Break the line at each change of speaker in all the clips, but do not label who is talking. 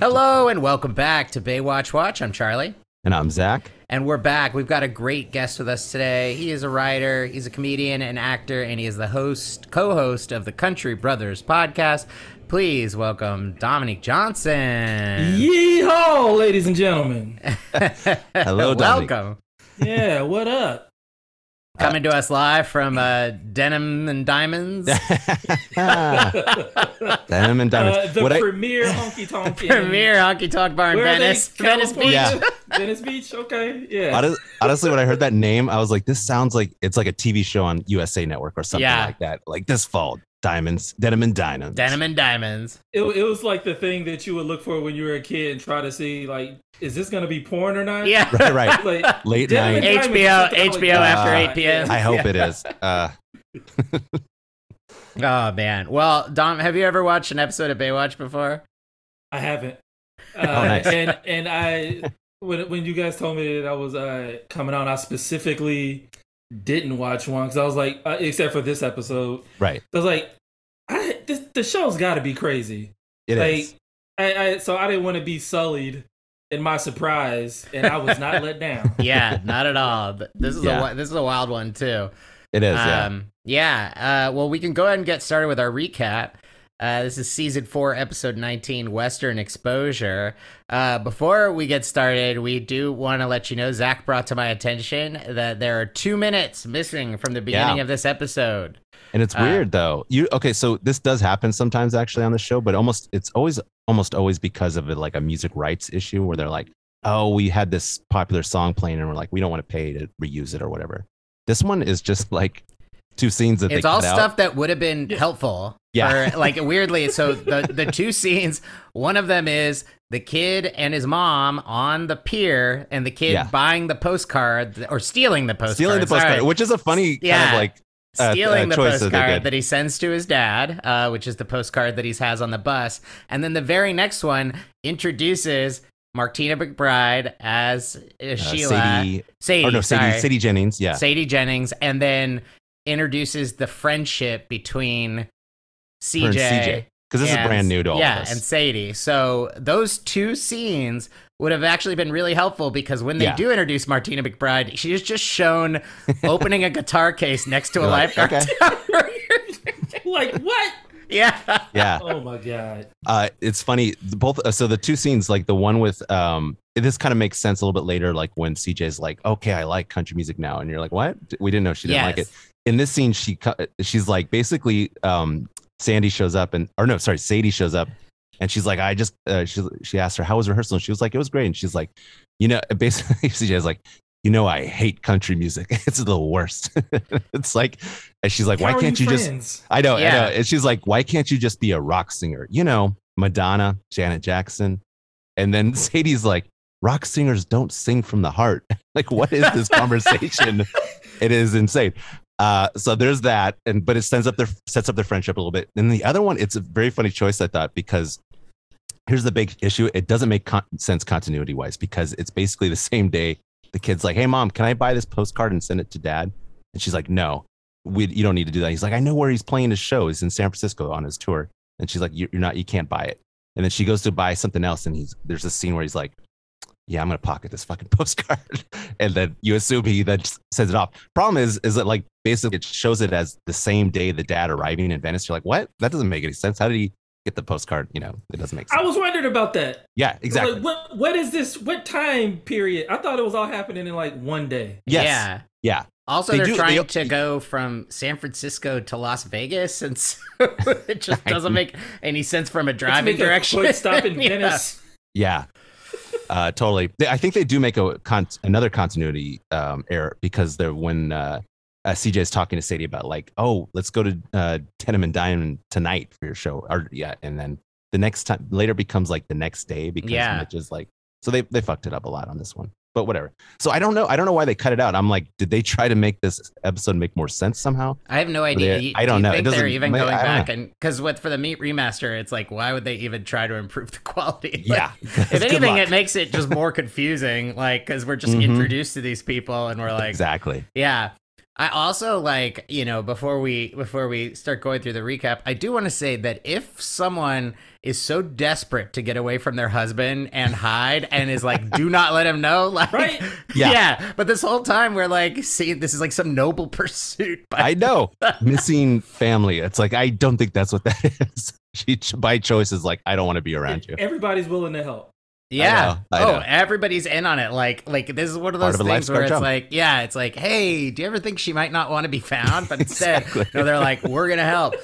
Hello and welcome back to Baywatch Watch. I'm Charlie.
And I'm Zach.
And we're back. We've got a great guest with us today. He is a writer, he's a comedian, an actor, and he is the host, co-host of the Country Brothers podcast. Please welcome Dominic Johnson.
Yeehaw, ladies and gentlemen.
Hello, Dominic.
welcome.
Yeah, what up?
Coming to us live from uh, Denim and Diamonds.
Damn and Dominic.
Uh, the
What I-
premier honky tonk in-
Premier Honky Tonk Bar in
Where are they?
Venice. Venice Beach.
California?
Yeah.
Venice Beach. Okay, yeah.
hon- honestly, when I heard that name, I was like, this sounds like it's like a TV show on USA Network or something
Yeah.
like that. Like this fall, Diamonds, Denim and Diamonds.
Denim and Diamonds.
It, it was like the thing that you would look for when you were a kid and try to see like, is this gonna be porn or not?
Yeah.
Right, right.
Like
Late
Denim and
night.
Diamonds
HBO
was something I was
HBO
like,
after
ah,
8 p.m.
yeah.
Uh, I hope it is. Uh,
Oh man. Well, Dom, have you ever watched an episode of Baywatch before?
I haven't. Uh,
Oh, nice.
And and I when when you guys told me that I was uh, coming on, I specifically didn't watch one because I was like, uh, except for this episode,
right.
I was like, I, this, the show's got to be crazy.
It is.
like, I, I, so I didn't want to be sullied in my surprise, and I was not let down.
Yeah, not at all. But This is
Yeah.
a wi- this is a wild one too.
It is.
uh,
yeah.
Um, yeah. Uh, well, we can go ahead and get started with our recap. Uh, this is season four, episode 19, Western Exposure. Uh, before we get started, we do want to let you know Zach brought to my attention that there are two minutes missing from the beginning
Yeah.
of this episode.
And it's
Uh,
weird though. You okay? So this does happen sometimes actually on the show, but almost it's always almost always because of it, like a music rights issue where they're like, oh, we had this popular song playing, and we're like, we don't want to pay to reuse it or whatever. This one is just like two scenes that
it's
they
all
cut out.
stuff that would have been helpful.
Yeah.
for- like weirdly, so the the two scenes, one of them is the kid and his mom on the pier, and the kid
Yeah.
buying the postcard th- or stealing the postcard.
stealing the
sorry.
postcard, which is a funny kind
Yeah.
of like uh, uh,
Stealing the
choice that they
postcard
did.
that he sends to his dad, uh, which is the postcard that he has on the bus, and then the very next one introduces Martina McBride as uh,
uh,
Sheila
Sadie,
Sadie,
or no,
sorry.
Sadie, Sadie Jennings. Yeah,
Sadie Jennings, and then introduces the friendship between
her
CJ,
and CJ, because this
and-
is brand new to all
yeah,
of us.
and Sadie. So those two scenes would have actually been really helpful because when they
Yeah.
do introduce Martina McBride, she is just shown opening a guitar case next to a
You're like,
lifeguard
okay.
tower.
like what?
yeah,
yeah,
Oh my god!
uh, it's funny the- both uh, so the two scenes like the one with um this kind of makes sense a little bit later like when cj's like okay i like country music now and you're like what we didn't know she didn't like it
Yes.
in this scene she co- she's like basically um sandy shows up and or no sorry sadie shows up and she's like i just uh, she, she asked her how was rehearsal and she was like it was great and she's like you know basically cj's like you know i hate country music it's the worst it's like and she's like why
How are
can't you just
friends?
I know,
Yeah.
I know. And she's like, why can't you just be a rock singer? You know, Madonna, Janet Jackson. And then Sadie's like, rock singers don't sing from the heart. Like, what is this conversation? it is insane. Uh, so there's that, and but it sends up their sets up their friendship a little bit. And the other one, it's a very funny choice, I thought, because here's the big issue: it doesn't make con- sense continuity wise because it's basically the same day. The kid's like, "Hey, mom, can I buy this postcard and send it to dad?" And she's like, "No, we you don't need to do that." He's like, "I know where he's playing his show. He's in San Francisco on his tour." And she's like, "You- "You're not. You can't buy it." And then she goes to buy something else, and he's there's this scene where he's like, "Yeah, I'm gonna pocket this fucking postcard," and then you assume he then just sends it off. Problem is, is that like basically it shows it as the same day the dad arriving in Venice. You're like, "What? That doesn't make any sense. How did he get the postcard? You know, it doesn't make sense."
I was wondering about that.
yeah, exactly.
Like, what what is this? What time period? I thought it was all happening in like one day.
Yes.
yeah.
Yeah.
Also,
They
they are
do-
trying
they-
to go from San Francisco to Las Vegas, and so it just
I
doesn't make any sense from a
Let's
driving
make a
direction.
quick stop in
Yeah.
Venice.
Yeah. Uh, totally. They- I think they do make a con- another continuity um, error because they're when uh, uh, CJ is talking to Sadie about like, oh, let's go to uh, Tenem and Diamond tonight for your show. Or yeah, and then the next time later becomes like the next day because
Yeah.
Mitch is like, so they they fucked it up a lot on this one. But whatever. So I don't know. I don't know why they cut it out. I'm like, did they try to make this episode make more sense somehow?
I have no idea.
they-
You-
I
do
don't
you
know. It
Think they're
doesn't-
even
may-
going
I don't
back and because with for the meat remaster, it's like why would they even try to improve the quality? Like,
Yeah.
if
Good
anything,
luck.
it makes it just more confusing. Like because we're just
Mhm.
introduced to these people and we're like,
exactly.
yeah. I also like, you know, before we before we start going through the recap, I do want to say that if someone is so desperate to get away from their husband and hide and is like, do not let him know, like
Right?
Yeah.
Yeah. But this whole time we're like, see, this is like some noble pursuit by
I know missing family. It's like I don't think that's what that is. She ch- by choice is like I don't want to be around you.
Everybody's willing to help.
Yeah.
know, I
oh,
know.
everybody's in on it. Like, like this is one of
Part
those
of a
things
lifeguard
where it's
job.
like, yeah, it's like, hey, do you ever think she might not want to be found? But instead,
Exactly.
no, they're like, we're gonna help.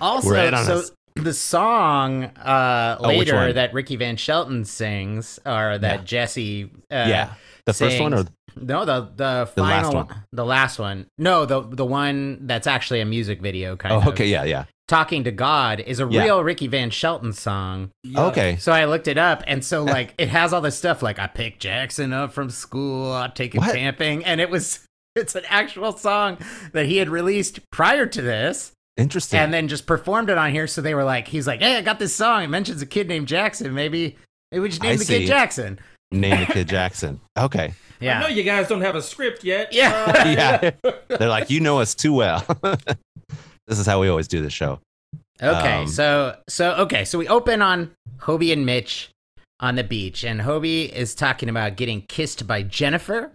Also,
We're in on
so
this.
the song uh,
Oh, which
later
one?
that Ricky Van Shelton sings, or that
Yeah.
Jesse, uh,
yeah, the first one or
sings- no, the the
The last
final,
one.
the last one, no, the the one that's actually a music video kind of.
oh okay yeah yeah
Talking to God is a
Yeah.
real Ricky Van Shelton song.
Yeah.
okay
So I looked it up, and so like it has all this stuff like I picked Jackson up from school, I take him
What?
camping, and it was it's an actual song that he had released prior to this,
interesting.
and then just performed it on here. So they were like, he's like, hey, I got this song. It mentions a kid named Jackson. Maybe maybe we just
I
name the
see.
kid Jackson.
Name the kid Jackson. Okay,
I
Yeah,
know you guys don't have a script yet.
Yeah.
Uh,
yeah, they're like you know us too well. this is how we always do the show.
Okay,
Um,
so so okay, so we open on Hobie and Mitch on the beach, and Hobie is talking about getting kissed by Jennifer,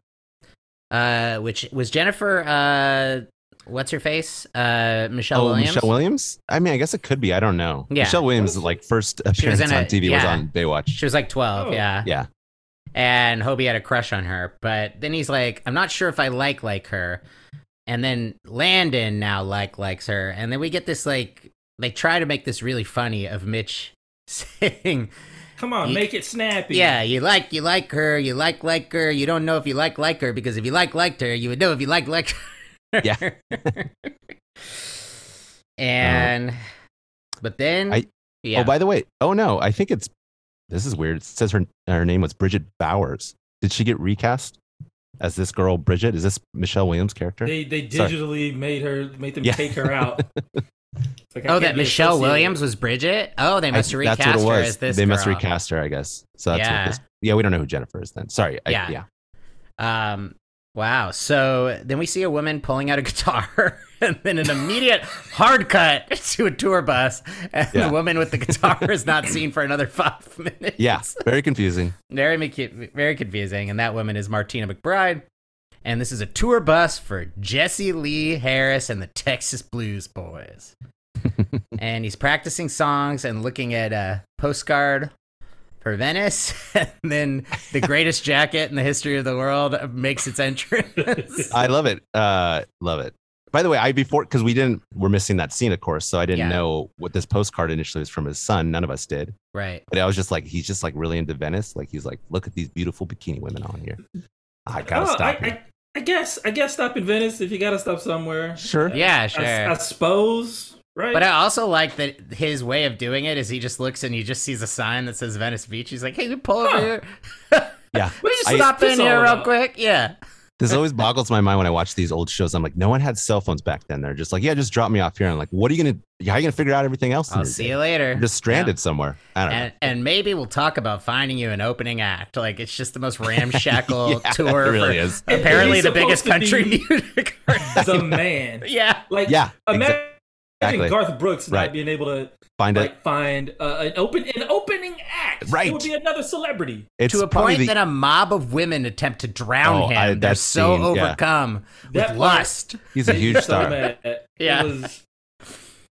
uh, which was Jennifer. Uh, what's her face? Uh, Michelle
oh,
Williams.
Michelle Williams. I mean, I guess it could be. I don't know.
Yeah.
Michelle Williams' like first appearance
in
on
a-
TV was
yeah.
on Baywatch.
she was like twelve,
Oh.
yeah.
Yeah.
And Hobie had a crush on her, but then he's like, I'm not sure if I like like her. And then Landon now like likes her, and then we get this like they try to make this really funny of Mitch saying
Come on,
You-
make it snappy.
Yeah, you like you like her, you like like her. You don't know if you like like her because if you like liked her, you would know if you like like her.
Yeah.
and but then
I-
yeah.
Oh, by the way, oh no, I think it's this is weird. It says her her name was Bridget Bowers. Did she get recast as this girl Bridget? Is this Michelle Williams' character?
They they
Sorry.
digitally made her made them
Yeah.
take her out. It's like, I
oh,
can't
that
be
Michelle
associated.
Williams was Bridget. Oh, they
I-
must recast her as this.
they must
girl.
recast her, I guess. So that's
Yeah.
what this, yeah. We don't know who Jennifer is then. Sorry. I-
Yeah.
yeah.
Um, wow. So then we see a woman pulling out a guitar and then an immediate hard cut to a tour bus. And
Yeah.
the woman with the guitar is not seen for another five minutes.
Yeah. Very confusing.
Very, mc- very confusing. And that woman is Martina McBride. And this is a tour bus for Jesse Lee Harris and the Texas Blues Boys. and he's practicing songs and looking at a postcard for Venice. and then the greatest jacket in the history of the world makes its entrance.
I love it. Uh, love it. By the way, I before because we didn't we're missing that scene, of course. So I didn't
Yeah.
know what this postcard initially was from his son. None of us did.
right.
But I was just like, he's just like really into Venice. Like he's like, look at these beautiful bikini women on here. I gotta
Oh,
stop.
I,
here.
I, I guess I guess stop in Venice if you gotta stop somewhere.
sure.
Yeah,
I, I
sure.
suppose. Right.
But uh, I also like that his way of doing it is he just looks and he just sees a sign that says Venice Beach. He's like, hey, we pull over
Huh.
here.
Yeah.
We just
I-
stop in
It's all
here real
about-
quick. Yeah.
This always boggles my mind when I watch these old shows. I'm like, no one had cell phones back then. They're just like, yeah, just drop me off here. I'm like, what are you gonna? How are you gonna figure out everything else? in
I'll
your
see
day?
you later.
I'm just stranded somewhere. I don't know.
And, and maybe we'll talk about finding you an opening act. Like it's just the most ramshackle
Yeah,
tour.
it really
for
is.
And- and
Apparently
he's
the biggest
supposed to
country
be
music. artist.
the man.
yeah.
Like
Yeah,
imagine
exactly.
Garth Brooks
Right.
not being able to
Find it.
like find uh, an open an opening act.
Right.
It would be another celebrity.
It's
to a
probably
point
the-
that a mob of women attempt to drown
Oh,
him.
I-
They're
that
so
scene, yeah.
overcome
That
with
part-
lust.
he's a
Made me
huge
so
star.
mad.
Yeah.
It was,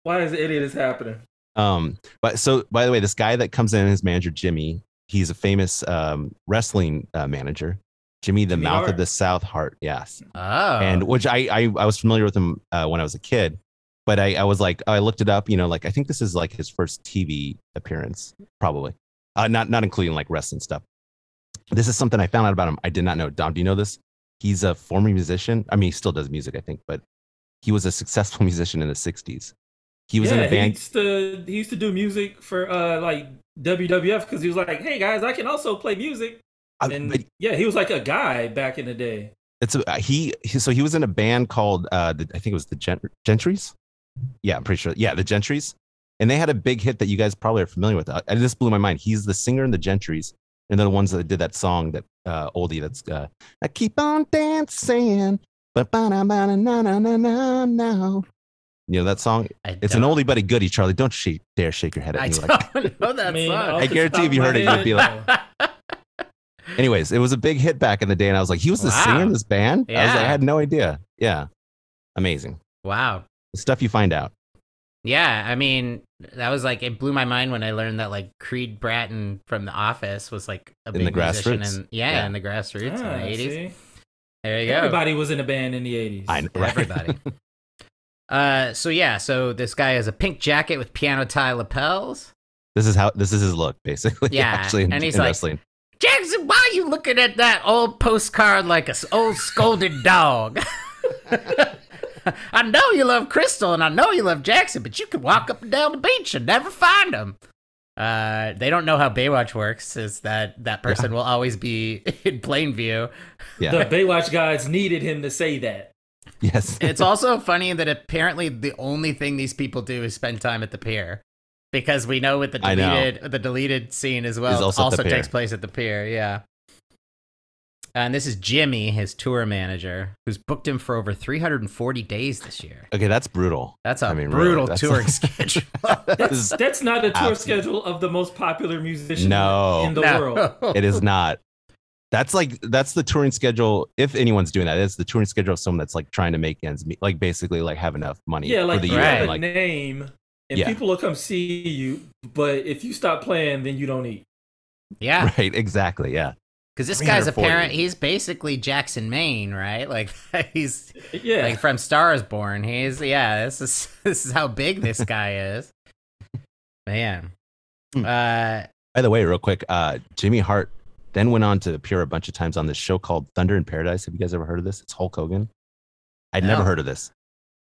why is any of this happening?
Um, but so by the way, this guy that comes in, his manager Jimmy, he's a famous um, wrestling uh, manager, Jimmy the
Jimmy
Mouth
Hart.
of the South Heart. Yes,
Oh.
and which I, I I was familiar with him uh, when I was a kid, but I I was like I looked it up. You know, like I think this is like his first TV appearance, probably, uh, not not including like wrestling stuff. This is something I found out about him. I did not know. Dom, do you know this? He's a former musician. I mean, he still does music, I think, but he was a successful musician in the '60s. He was
yeah,
in a band.
He used, to, he used to do music for uh like WWF because he was like, hey guys, I can also play music.
I-
And
but
yeah, he was like a guy back in the day.
it's a, he, he so he was in a band called uh the, i think it was the Gent- gentries yeah i'm pretty sure yeah the gentries and they had a big hit that you guys probably are familiar with Uh, and this blew my mind he's the singer in the gentries and they're the ones that did that song that uh oldie that's uh i keep on dancing But you know that song.
I
It's an
don't-
oldie but a goodie, Charlie. Don't she dare shake your head at
I
me like.
don't know that
mean,
song.
off
I
the
guarantee
top
if you
of
heard
my
it, you'd
head,
be
no.
Anyways, it was a big hit back in the day, and I was like, he was the singer in
Wow.
this band. I was like,
Yeah.
I had no idea. Yeah, amazing
wow.
the stuff you find out.
Yeah, I mean, that was like it blew my mind when I learned that like Creed Bratton from The Office was like a
the
big musician
grassroots.
in yeah,
Yeah.
in the grassroots
Ah,
in the eighties.
see?
There you go.
Everybody was in a band in the 80s.
I know,
Yeah, Everybody. uh, so yeah, so this guy has a pink jacket with piano tie lapels.
This is how this is his look, basically.
Yeah,
actually, in,
and he's
in
like-
wrestling.
Jackson, why are you looking at that old postcard like an old scolded dog? I know you love Crystal and I know you love Jackson, but you could walk up and down the beach and never find him. Uh, they don't know how Baywatch works. Is that that person will always be in plain view?
Yeah.
The Baywatch guys needed him to say that.
yes.
It's also funny that apparently the only thing these people do is spend time at the pier, because we know with the
I know.
deleted the deleted scene as well
Is also at the pier.
takes place at the pier. Yeah. And this is Jimmy, his tour manager, who's booked him for over 340 days this year.
okay, that's brutal.
That's a
I mean, really,
brutal
that's-
touring schedule.
That
That's,
is-
that's not the tour
Absolutely.
schedule of the most popular musician
No.
in the
No.
world.
it is not. That's like that's the touring schedule. If anyone's doing that, it's the touring schedule of someone that's like trying to make ends meet, like basically like have enough money
Yeah, like
for
you
the year.
Right.
and,
have a
Like,
name and
Yeah.
people will come see you, but if you stop playing, then you don't eat.
Yeah,
right, exactly. Yeah,
because this guy's a
340.
parent. He's basically Jackson, Maine, right? Like he's
Yeah.
like from Stars Born. He's yeah. This is this is how big this guy is. Man,
Hmm.
uh,
By the way, real quick, uh, Jimmy Hart then went on to appear a bunch of times on this show called Thunder in Paradise. Have you guys ever heard of this? It's Hulk Hogan. I'd never
No. Oh.
heard of this.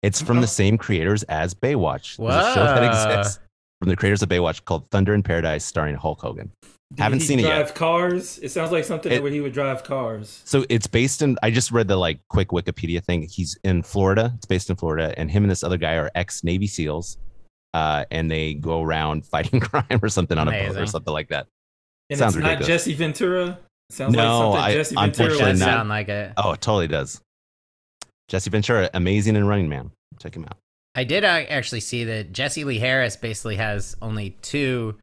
It's from the same creators as Baywatch. There's a show
Whoa.
that exists from the creators of Baywatch called Thunder in Paradise, starring Hulk Hogan.
Did
haven't
he
seen it yet.
Drive cars. It sounds like something
It-
where he would drive cars.
So it's based in. I just read the like quick Wikipedia thing. He's in Florida. It's based in Florida, and him and this other guy are ex Navy SEALs, uh, and they go around fighting crime or something on a boat or
Amazing.
something like that.
And
Sounds
it's
ridiculous.
not Jesse Ventura. Sounds
No,
like something
I-
Jesse
does
Ventura
unfortunately
would
not.
say.
sound like it.
Oh, it totally does. Jesse Ventura, amazing and Running Man. Check him out.
I did uh, actually see that Jesse Lee Harris basically has only two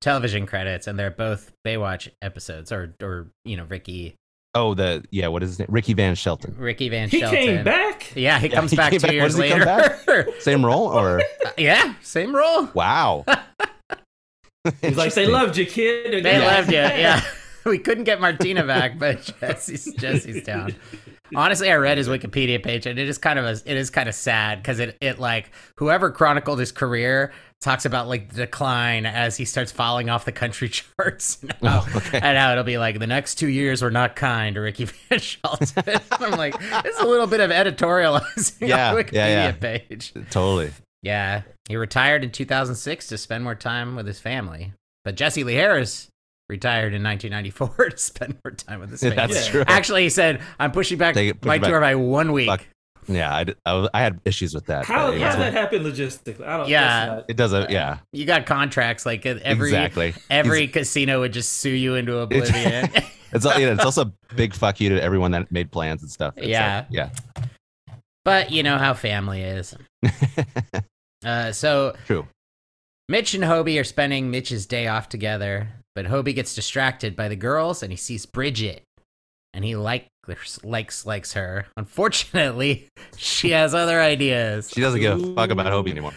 television credits, and they're both Baywatch episodes, or or you know Ricky
Oh, the yeah, what is his name? Ricky Van Shelton.
Ricky Van
He
Shelton.
came back.
Yeah, he
Yeah,
comes
he
back two
came back. When
years
does he come
later.
Same role or
yeah, same role.
wow.
He's like, they
Interesting.
loved you, kid. And
They
you're
loved you.
like,
Yeah. We couldn't get Martina back, but Jesse's Jesse's down. Honestly, I read his Wikipedia page, and it is kind of a, it is kind of sad because it it like whoever chronicled his career talks about like the decline as he starts falling off the country charts, and how,
Oh, okay.
and how it'll be like the next two years were not kind to Ricky Van Shelton. I'm like, it's a little bit of editorializing
Yeah,
on
yeah,
Wikipedia
yeah.
page.
Totally.
Yeah, he retired in 2006 to spend more time with his family. But Jesse Lee Harris retired in 1994 to spend more time with his family.
That's
Yeah.
true.
Actually, he said, "I'm pushing back
Take it- push
my
it back.
tour by one week."
Fuck. yeah, I, d- I was- I had issues with that.
How
but it,
how
was-
does that happen logistically? I don't.
Yeah.
that's
it doesn't. Yeah,
You got contracts like every
exactly.
every casino would just sue you into oblivion.
It's al- yeah, it's also a big fuck you to everyone that made plans and stuff. It's like,
Yeah.
yeah,
but you know how family is. Uh, so
true.
Mitch and Hobie are spending Mitch's day off together, but Hobie gets distracted by the girls and he sees Bridget, and he likes likes likes her. Unfortunately, she has other ideas.
She doesn't give a fuck about Hobie anymore.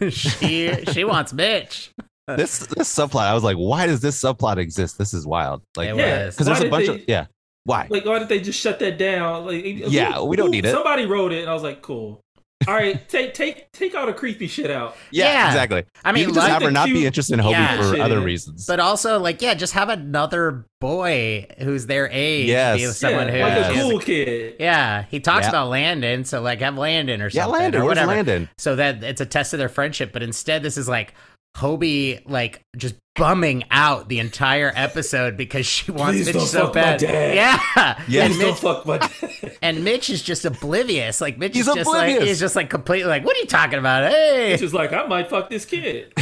she she wants Mitch.
This this subplot, I was like, why does this subplot exist? This is wild. Like,
It
not- yeah.
was.
because there's
why
a
did
bunch
they-
of yeah. Why?
Like, why did they just shut that down? Like,
Yeah, we don't need it.
Somebody wrote it, and I was like, cool. All right, take take take all the creepy shit out.
yeah.
exactly.
I
you
mean,
can just
like-
have her
the
not be
cute-
interested in Hobie
Yeah.
for
Shit.
other reasons.
but also like yeah, just have another boy who's their age.
Yes.
be with someone
yeah,
who
like
yeah.
a cool kid.
yeah, he talks
Yeah.
about Landon, so like have Landon or
yeah,
something
Landon.
or
Where's
whatever.
Landon?
so that it's a test of their friendship. But instead, this is like Hobie like just bumming out the entire episode because she wants
Please
Mitch
don't
so
fuck my
bad.
dad.
Yeah,
Yeah.
And
Please don't
Mitch,
fuck my dad.
and Mitch is just oblivious. Like Mitch
He's
is just like
oblivious.
he's just like completely like, what are you talking about? Hey,
It's just like I might fuck this kid.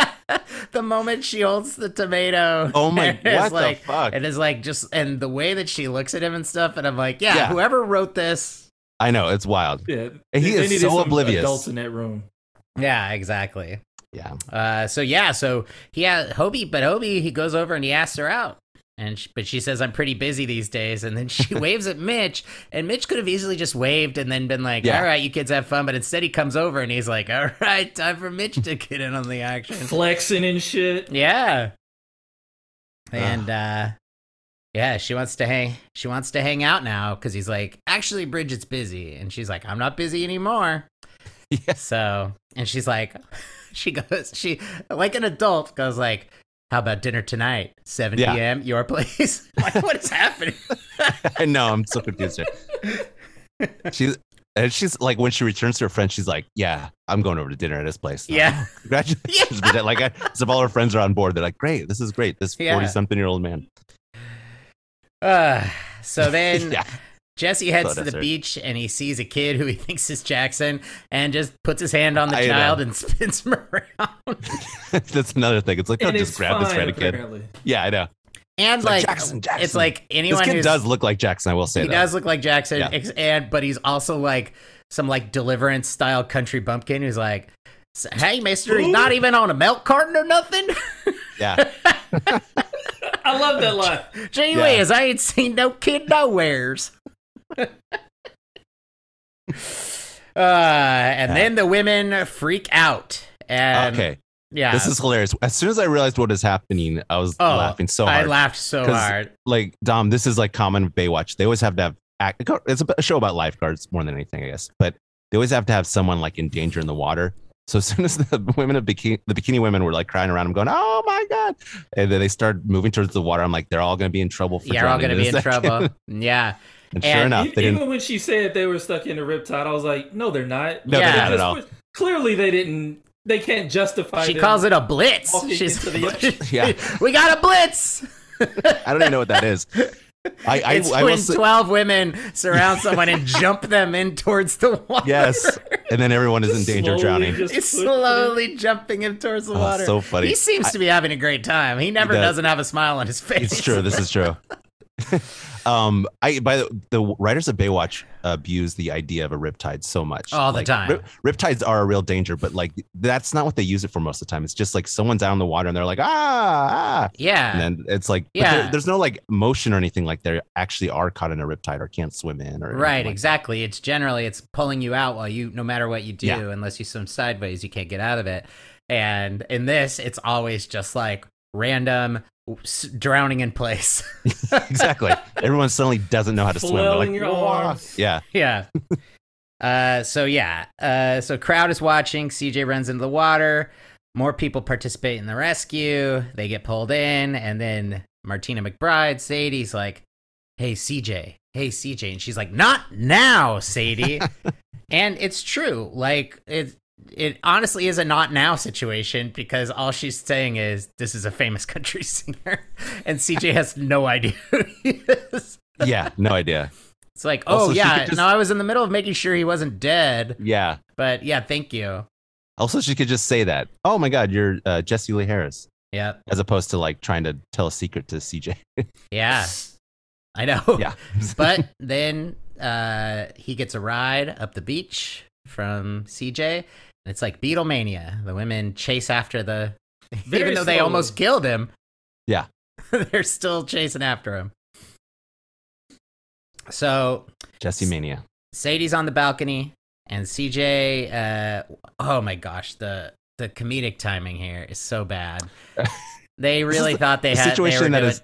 the moment she holds the tomato.
Oh my,
and is
what
like,
the fuck?
And is like just and the way that she looks at him and stuff, and I'm like, yeah,
Yeah.
whoever wrote this
I know it's wild.
Yeah,
And he
they
is
needed
so
some
oblivious.
Adults in that room.
Yeah, exactly.
Yeah,
Uh, so yeah, so he has Hobie, but Hobie he goes over and he asks her out, and she, but she says I'm pretty busy these days, and then she waves at Mitch, and Mitch could have easily just waved and then been like,
Yeah.
all right, you kids have fun, but instead he comes over and he's like, all right, time for Mitch to get in on the action.
Flexing and shit.
Yeah. And uh yeah, she wants to hang she wants to hang out now cuz he's like, "Actually, Bridget's busy." And she's like, "I'm not busy anymore."
Yeah.
So, and she's like she goes she like an adult goes like, "How about dinner tonight? 7
Yeah.
p.m. your place?" like, what is happening?
I know. I'm so confused. here. She's and she's like when she returns to her friend, she's like, "Yeah, I'm going over to dinner at this place." now."
yeah.
congratulations! Bridget. Like, I, as if all her friends are on board, they're like, "Great, this is great." This
Yeah.
forty-something-year-old man.
Uh, so then
yeah,
Jesse heads
Thought
to
that's
the
her.
beach and he sees a kid who he thinks is Jackson and just puts his hand on the
I know.
child and spins him around.
that's another thing. It's like, don't
And
just
it's
grab this
fine,
random kid.
apparently.
Yeah, I know.
And
It's
like,
like, Jackson, Jackson.
it's like anyone
this kid
who's,
does look like Jackson. I will say
he
that.
does look like Jackson,
Yeah.
ex- and but he's also like some like deliverance style country bumpkin who's like, "S- hey Mister, he's
Who?
not even on a milk carton or nothing.
Yeah,
I love that line.
Gee
Yeah.
whiz, I ain't seen no kid nowheres. uh, and
Yeah.
then the women freak out. And
okay.
yeah,
This is hilarious. As soon as I realized what is happening, I was
Oh,
laughing so
I
hard.
laughed so
'Cause-
hard.
like Dom, this is like common with Baywatch. They always have to have act. It's a show about lifeguards more than anything, I guess. But they always have to have someone like in danger in the water. So as soon as the women of bikini, the bikini women were like crying around, I'm going, "Oh my god!" And then they started moving towards the water. I'm like, they're all going to be in trouble. For
Yeah, you're all
drowning
gonna be
a
in
second.
trouble. Yeah,
And sure
And-
enough,
E-
they didn't.
Even when she said they were stuck in a riptide, I was like, no, they're not.
No,
they're
Because
not
at all.
Clearly, they didn't. They can't justify.
she
them.
calls it a blitz.
walking
She's
into the-
Yeah.
we got a blitz.
I don't even know what that is. I I,
it's
I will
when
say,
twelve women surround someone and jump them in towards the water.
yes, and then everyone is in danger
Slowly
drowning.
just
He's
put it in.
slowly jumping him towards the
Oh,
water.
so funny.
He seems to be having a great time. He never does.
does.
not have a smile on his face.
It's true. This is true. um, I by the, the writers of Baywatch abuse the idea of a riptide so much
All the
Like,
time.
rip- riptides are a real danger, but like that's not what they use it for most of the time. It's just like someone's out in the water and they're like ah, ah
Yeah.
and then it's like but
Yeah.
there- there's no like motion or anything like they actually are caught in a riptide or can't swim in or
Right,
anything like
exactly. It's generally it's pulling you out while you no matter what you do,
Yeah.
unless you swim sideways, you can't get out of it. And in this, it's always just like random s- drowning in place.
that. exactly. Everyone suddenly doesn't know how to swim. They're
Flailing
like
your
"Wah."
arms.
yeah,
yeah. Uh, so yeah. Uh, so crowd is watching. CJ runs into the water. More people participate in the rescue. They get pulled in, and then Martina McBride, Sadie's like, "Hey CJ, hey CJ," and she's like, "Not now, Sadie." and it's true. Like it, it honestly is a not now situation because all she's saying is, "This is a famous country singer," and CJ has no idea who he is.
yeah, no idea.
It's like, oh
Also, she
yeah,
could just-
no, I was in the middle of making sure he wasn't dead,
Yeah.
but yeah, thank you.
Also, she could just say that. Oh my God, you're uh, Jesse Lee Harris.
Yep,
as opposed to like trying to tell a secret to CJ.
yeah, I know.
Yeah.
but then uh, he gets a ride up the beach from CJ, and it's like Beatlemania. The women chase after the, even
Very
though they
slowly.
almost killed him.
Yeah.
they're still chasing after him. So
Jesse Mania.
Sadie's on the balcony, and CJ. Uh, oh my gosh, the the comedic timing here is so bad. They
This is
really thought they
a
had they were
situation that
doing-
is.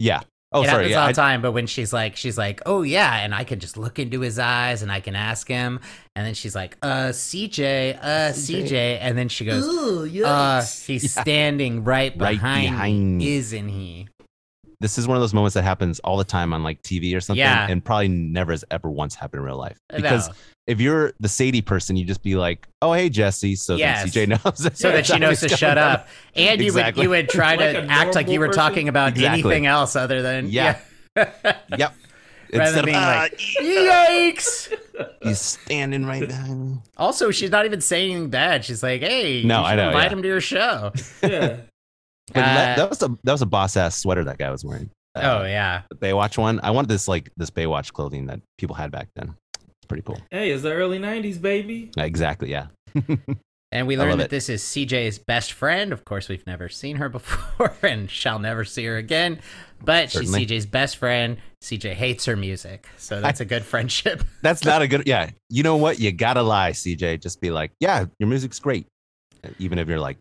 Yeah. Oh,
it
sorry.
happens
Yeah,
all
I-
the time, but when she's like, she's like, oh yeah, and I can just look into his eyes and I can ask him, and then she's like, uh, CJ, uh,
CJ.
CJ, and then she goes,
Ooh,
uh,
yikes.
he's
Yeah.
standing right
Right
behind, me,
behind me."
isn't he?
this is one of those moments that happens all the time on like TV or something,
Yeah.
and probably never has ever once happened in real life.
No.
Because if you're the Sadie person, you just be like, "Oh, hey, Jesse," so
Yes.
then CJ knows.
so that she knows to shut up, and you
Exactly.
would you would try
Like
to
a
act like you were
normal
talking about
Exactly.
anything else other than
Yeah. Yep.
Rather
Instead
than
of,
being
"Ah,
like, yikes.
he's standing right behind me.
Also, she's not even saying anything bad. She's like, hey,
No,
you
I
should
know,
invite
yeah.
him to your show.
yeah.
But that-
Uh,
that was a that was a boss ass sweater that guy was wearing. Uh,
oh, yeah.
the Baywatch one. I want this like this Baywatch clothing that people had back then. Pretty cool.
Hey, it's the early '90s, baby.
Exactly. Yeah.
And we
I love
learn that
it.
this is CJ's best friend. Of course, we've never seen her before and shall never see her again. But
Certainly.
she's CJ's best friend. CJ hates her music. So that's a good friendship.
That's not a good. Yeah. You know what? You gotta lie, CJ. Just be like, yeah, your music's great, even if you're like,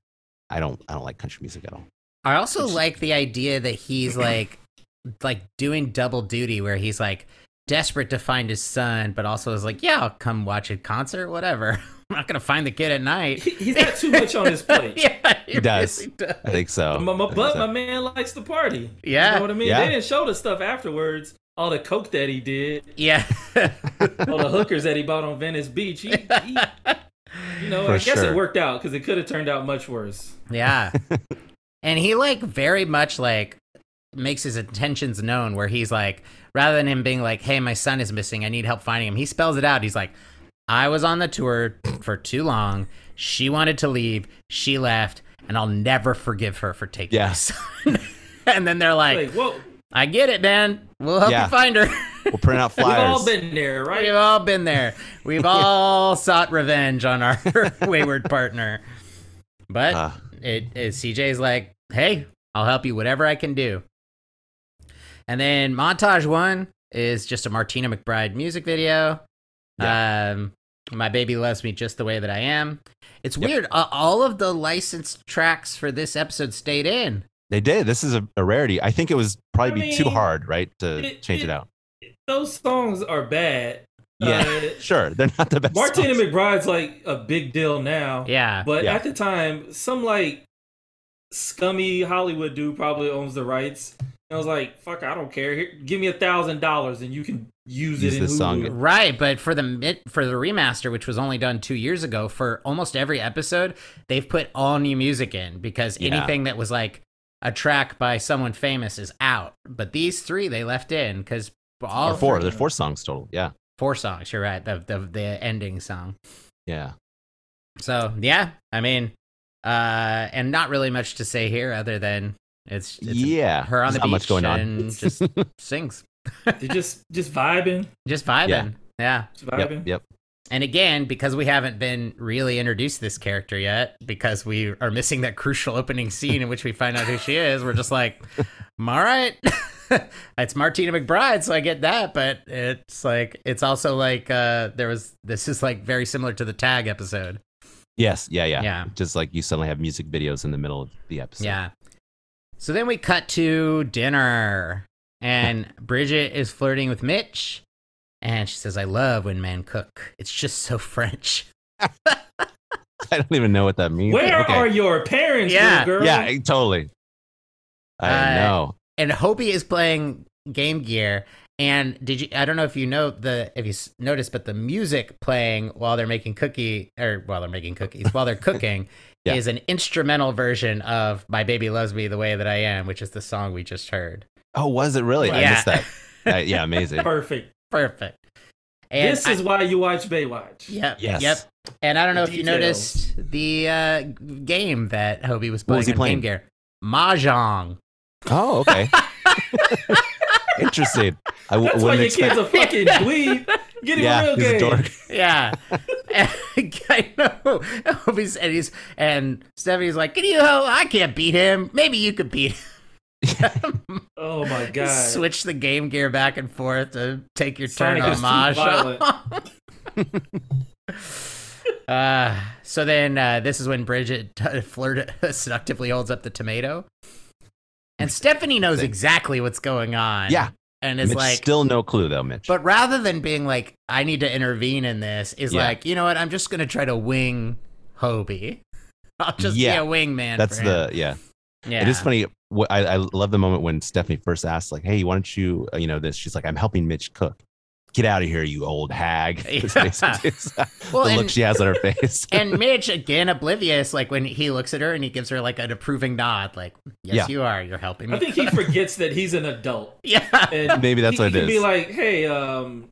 I don't, I don't like country music at all.
I also like the idea that he's like like doing double duty where he's like desperate to find his son, but also is like, Yeah, I'll come watch a concert, whatever. I'm not gonna find the kid at night.
He, he's got too much on his plate.
yeah,
He does.
really does.
I think so.
My, my,
I think
but
so.
my man likes to party. You
Yeah.
know what I mean?
Yeah.
They didn't show the stuff afterwards. All the coke that he did,
Yeah.
all the hookers that he bought on Venice Beach. He, he you know,
For
I guess
sure.
it worked out because it could have turned out much worse.
Yeah. and he like very much like makes his intentions known where he's like rather than him being like, "Hey, my son is missing. I need help finding him." He spells it out. He's like, "I was on the tour for too long. She wanted to leave. She left, and I'll never forgive her for taking
Yeah.
my son." and then they're like,
Like, whoa,
"I get it, man. We'll help
Yeah.
you find her."
we'll print out
we've
flyers.
all been there,
We've
right?
all been there. We've all sought revenge on our wayward partner. But
Ah,
it, it CJ's like, "Hey, I'll help you whatever I can do." And then montage 1 is just a Martina McBride music video. Um my baby loves me just the way that I am. It's
Yep.
weird. Uh, all of the licensed tracks for this episode stayed in.
they did. This is a, a rarity. I think it was probably
I
be too
mean,
hard, right, to
it-
change it,
it-
out.
Those songs are bad.
Yeah,
Uh,
sure. They're not the best.
Martina
songs.
McBride's like a big deal now.
Yeah.
But
Yeah.
at the time, some like scummy Hollywood dude probably owns the rights. And I was like, fuck, I don't care. Here, give me a thousand dollars and you can use,
Use
it in
this
Hulu.
song.
Right, but for the mid, for the remaster, which was only done two years ago, for almost every episode, they've put all new music in because
Yeah.
anything that was like a track by someone famous is out. But these three they left in because all
Or four. There's four songs total. Yeah.
four songs. You're right. The the, the ending song.
Yeah.
So yeah, I mean, uh, and not really much to say here other than it's, it's
yeah.
her on
There's
the
not
beach
much going on.
and just sings,
They're just just vibing.
just vibing. yeah.
Just
Yep.
vibing.
Yep.
And again, because we haven't been really introduced to this character yet, because we are missing that crucial opening scene in which we find out who she is, we're just like, "Mm, all right, it's Martina McBride, so I get that. But it's like, it's also like, uh, there was, this is like very similar to the tag episode.
Yes. Yeah. Yeah.
Yeah.
Just like you suddenly have music videos in the middle of the episode.
Yeah. So then we cut to dinner, and Bridget is flirting with Mitch, and she says, I love when men cook. It's just so French.
I don't even know what that means.
Where
Okay.
are your parents,
Yeah.
little girl?
Yeah, I- totally. I
Uh,
know.
and Hobie is playing Game Gear. And did you? I don't know if you know the if you s- noticed, but the music playing while they're making cookie or while they're making cookies while they're cooking
Yeah.
is an instrumental version of "My Baby Loves Me the Way That I Am," which is the song we just heard.
Oh, was it really? I
Yeah.
missed that. Uh, yeah, amazing.
Perfect.
Perfect. And
this
I-
is why you watch Baywatch.
yep,
Yes.
yep. And I don't know
The
if you
details.
noticed the uh, game that Hobie was
What
playing
was he
on
playing?
Game Gear, Mahjong.
Oh, okay. Interesting. I w-
That's why
wouldn't
your
expect.
kid's a fucking dweeb. Get him a
yeah,
real
he's
game.
a dork.
Yeah, I know. He's- and he's and Stephanie's like, "Can you help? I can't beat him. Maybe you could beat him."
Oh my god.
Switch the Game Gear back and forth to take your turn
Sonic
on
is too
Mahjong. uh, so then uh, this is when Bridget flirt seductively holds up the tomato, and Stephanie knows exactly what's going on.
Yeah,
and is
Mitch,
like,
still no clue though, Mitch.
But rather than being like, I need to intervene in this, is
Yeah.
like, you know what? I'm just gonna try to wing Hobie. I'll just
Yeah.
be a wingman.
That's
for him.
the yeah.
yeah.
It is funny. wh- I, I love the moment when Stephanie first asks, like, "Hey, why don't you, uh, you know, this?" She's like, "I'm helping Mitch cook." Get out of here, you old hag! It's
Yeah.
basically- it's
Well,
the look
and-
she has on her face.
and Mitch again oblivious, like when he looks at her and he gives her like an approving nod, like, Yes,
Yeah.
you are. You're helping me.
I think he forgets that he's an adult.
yeah.
And
Maybe that's
he,
what
he
it
can be
is.
like, hey, um,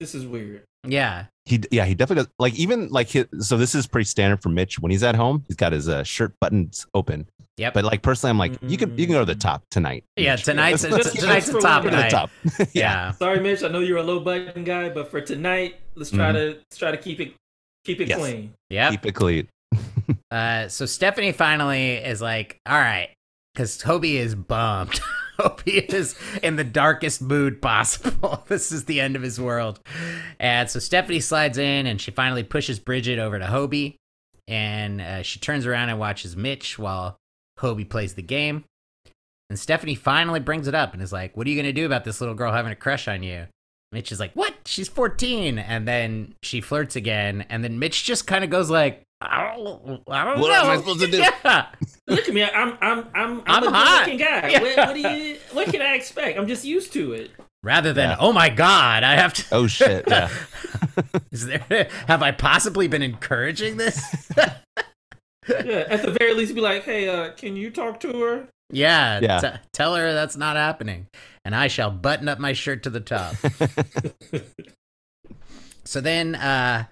this is weird.
Yeah.
he yeah he definitely does like even like his, so this is pretty standard for mitch when he's at home he's got his uh, shirt buttons open
Yep. Mm.
but like personally i'm like you can you can go to the top tonight
Yeah,
Mitch.
tonight's
Let's- let's
it's,
keep
tonight's
it
the top
to the
night.
top yeah
Yeah.
Sorry, Mitch. I know you're a low button guy, but for tonight, let's try
Mhm.
to let's try to keep it keep it
Yes.
clean.
Yep.
typically
Uh, so Stephanie finally is like, all right, because Toby is bummed. Toby is in the darkest mood possible. this is the end of his world. And so Stephanie slides in and she finally pushes Bridget over to Hobie. And uh, she turns around and watches Mitch while Hobie plays the game. And Stephanie finally brings it up and is like, what are you going to do about this little girl having a crush on you? Mitch is like, "What? She's 14." And then she flirts again, and then Mitch just kind of goes like, "I don't, I don't
What
know."
am I supposed to do?
Yeah.
Look at me. I'm I'm I'm
I'm
I'm, a
hot.
good-looking guy.
Yeah.
What, what do you what can I expect? I'm just used to it.
Rather than,
Yeah.
"Oh my god, I have to
oh shit yeah
Is there have I possibly been encouraging this?"
Yeah. At the very least, be like, hey, uh, can you talk to her?
yeah.
Yeah.
t- tell her that's not happening, and I shall button up my shirt to the top. So then uh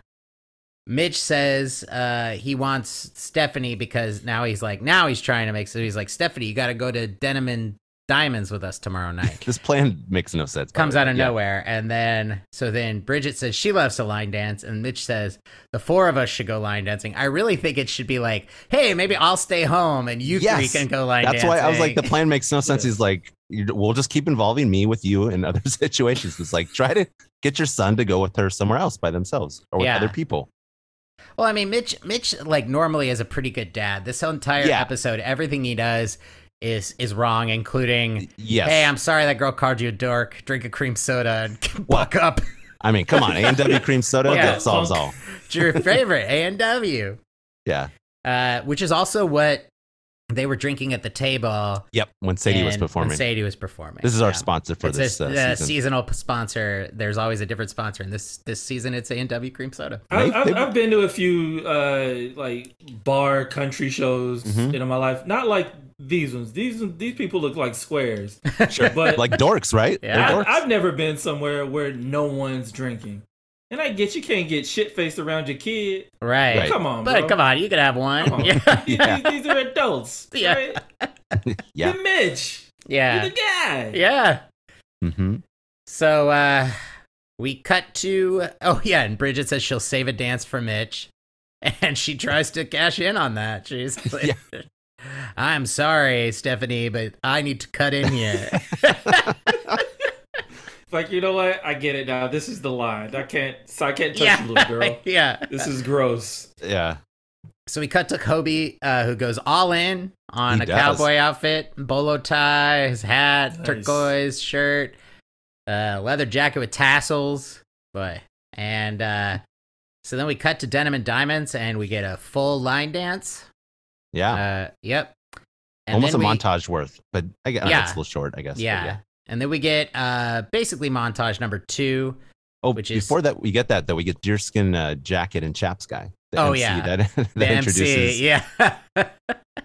Mitch says uh he wants Stephanie because now he's like now he's trying to make so he's like Stephanie you got to go to Denim and Diamonds with us tomorrow night.
this plan makes no sense by
Comes
the way.
out of
Oh, Yeah.
nowhere and then so then Bridget says she loves to line dance and Mitch says the four of us should go line dancing. I really think it should be like hey maybe I'll stay home and you three
Yes.
can go line
That's
dancing.
why I was like, the plan makes no sense.
Yeah.
He's like, you- we'll just keep involving me with you in other situations. It's like, try to get your son to go with her somewhere else by themselves or with
Yeah.
other people.
Well, I mean, Mitch, Mitch, like normally is a pretty good dad. This whole entire
Yeah.
episode, everything he does is is wrong, including
Yes.
Hey, I'm sorry that girl called you a dork. Drink a cream soda and buck up.
I mean, come on. A&W cream soda,
Yeah.
that solves all.
It's your favorite A&W,
Yeah.
uh, which is also what they were drinking at the table.
Yep. When Sadie was
and- when
performing.
Sadie was performing.
this is our
yeah.
sponsor for
It's a-
this uh,
the
season.
seasonal p- sponsor. There's always a different sponsor, and this this season it's A&W cream soda.
I,
They-
I've,
they-
I've been to a few uh, like bar country shows
Mhm.
in my life. Not like these ones. These these people look like squares.
Sure.
But
like dorks, right?
Yeah.
They're
I,
dorks.
I've never been somewhere where no one's drinking. And I get you can't get shit faced around your kid.
Right.
Right.
Come on,
But
bro.
come on, you could have one.
Come on.
Yeah.
Yeah.
These, these are adults.
Yeah.
Right?
Yeah.
You're Mitch. You're
Yeah.
the guy.
Yeah.
hmm
So uh we cut to oh yeah, and Bridget says she'll save a dance for Mitch. And she tries to cash in on that. She's like I'm sorry, Stephanie, but I need to cut in here.
Like you know what? I get it now. This is the line. I can't. So I can't touch
yeah.
you, little girl.
yeah.
This is gross.
Yeah.
So we cut to Kobe, uh, who goes all in on
He
a
does.
cowboy outfit, bolo tie, his hat,
Nice.
turquoise shirt, uh, leather jacket with tassels. Boy. And uh, so then we cut to Denim and Diamonds and we get a full line dance.
Yeah.
Uh, yep. And
Almost a
then we-
montage worth, but I guess
Yeah.
it's a little short, I guess. but
Yeah. And then we get uh, basically montage number two.
Oh,
Which is-
before that, we get that, though, we get deerskin uh, jacket and chaps guy. The
Oh,
MC
yeah.
That, that
The
introduces.
MC. Yeah.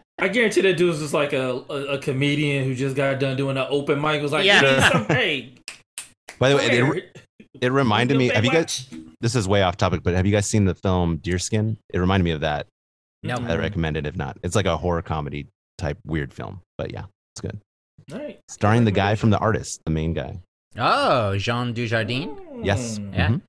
I guarantee that dude was just like a, a, a comedian who just got done doing an open mic. Was like,
Yeah.
"Hey, some- hey,
By the
come
way, it- it,
here.
it reminded
You
me.
play
Have you guys?
watch?"
This is way off topic, but have you guys seen the film Deerskin? It reminded me of that.
No.
I recommend it if not. It's like a horror comedy type weird film, but yeah, it's good.
All right.
Starring the guy from The Artist, the main guy.
oh, Jean Dujardin.
Yes.
Mm.
Hmm. Yeah.
Mhm.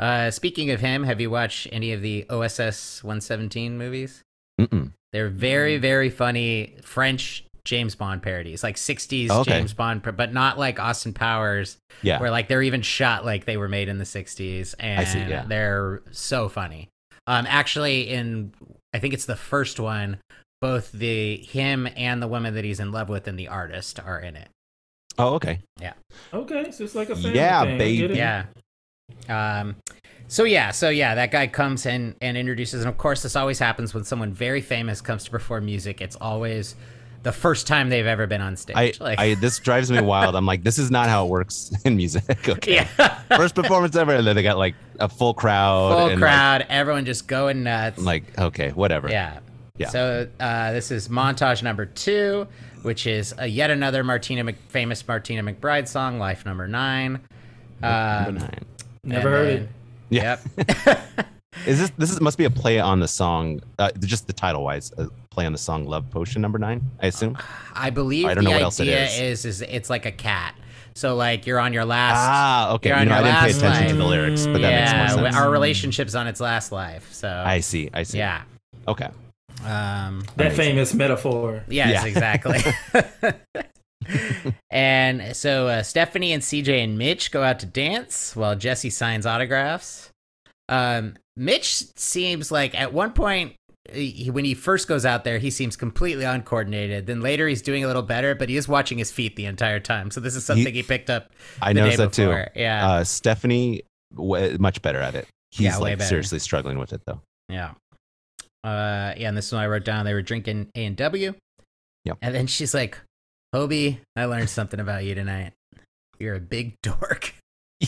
Uh, speaking of him, have you watched any of the OSS 117 movies?
Mm-mm.
They're
Mm.
very, very funny French James Bond parodies, like 60s
Okay.
James Bond, par- but not like Austin Powers,
Yeah.
where like they're even shot like they were made in the 60s. And
see, yeah.
they're so funny. Um, actually, in I think it's the first one, both the him and the woman that he's in love with and the artist are in it.
Oh, okay.
Okay, so it's like a family
Yeah,
thing. I
baby.
get it.
yeah um so yeah so yeah that guy comes and and introduces and of course this always happens when someone very famous comes to perform music it's always the first time they've ever been on stage
I,
like
I this drives me wild. I'm like, this is not how it works in music. Okay.
yeah
First performance ever, and then they got like a full crowd.
full
and
crowd everyone just going nuts
Like, like, okay, whatever.
yeah
Yeah.
so uh, this is montage number two which is uh yet another martina Mc, famous martina mcbride song life number nine um,
Number nine.
Never heard it.
Yeah.
Yep.
Is this this is, must be a play on the song? Uh, just the title wise, a play on the song "Love Potion" number nine, I assume.
I believe
I don't
the
know what
idea
else it
is. is it's like a cat. So like you're on your last
Ah, okay.
You're
You
on
know, I
your
didn't pay
last
attention to the
line.
lyrics, but that
yeah,
makes more sense.
our relationship's on its last life. So
I see. I see.
yeah.
Okay.
Um
That
Amazing.
famous metaphor.
Yes,
Yeah.
exactly. and so uh, Stephanie and CJ and Mitch go out to dance while Jesse signs autographs. Um, Mitch seems like at one point, he, when he first goes out there, he seems completely uncoordinated. Then later, he's doing a little better, but he is watching his feet the entire time. So this is something he, picked up.
I
the
noticed
day
that too.
before. Yeah,
Uh, Stephanie, w- much better at it. He's
Yeah, way
like
better.
seriously struggling with it though.
yeah, uh, yeah. And this one I wrote down. They were drinking A and W.
Yep.
And then she's like, "Hobie, I learned something about you tonight. You're a big dork."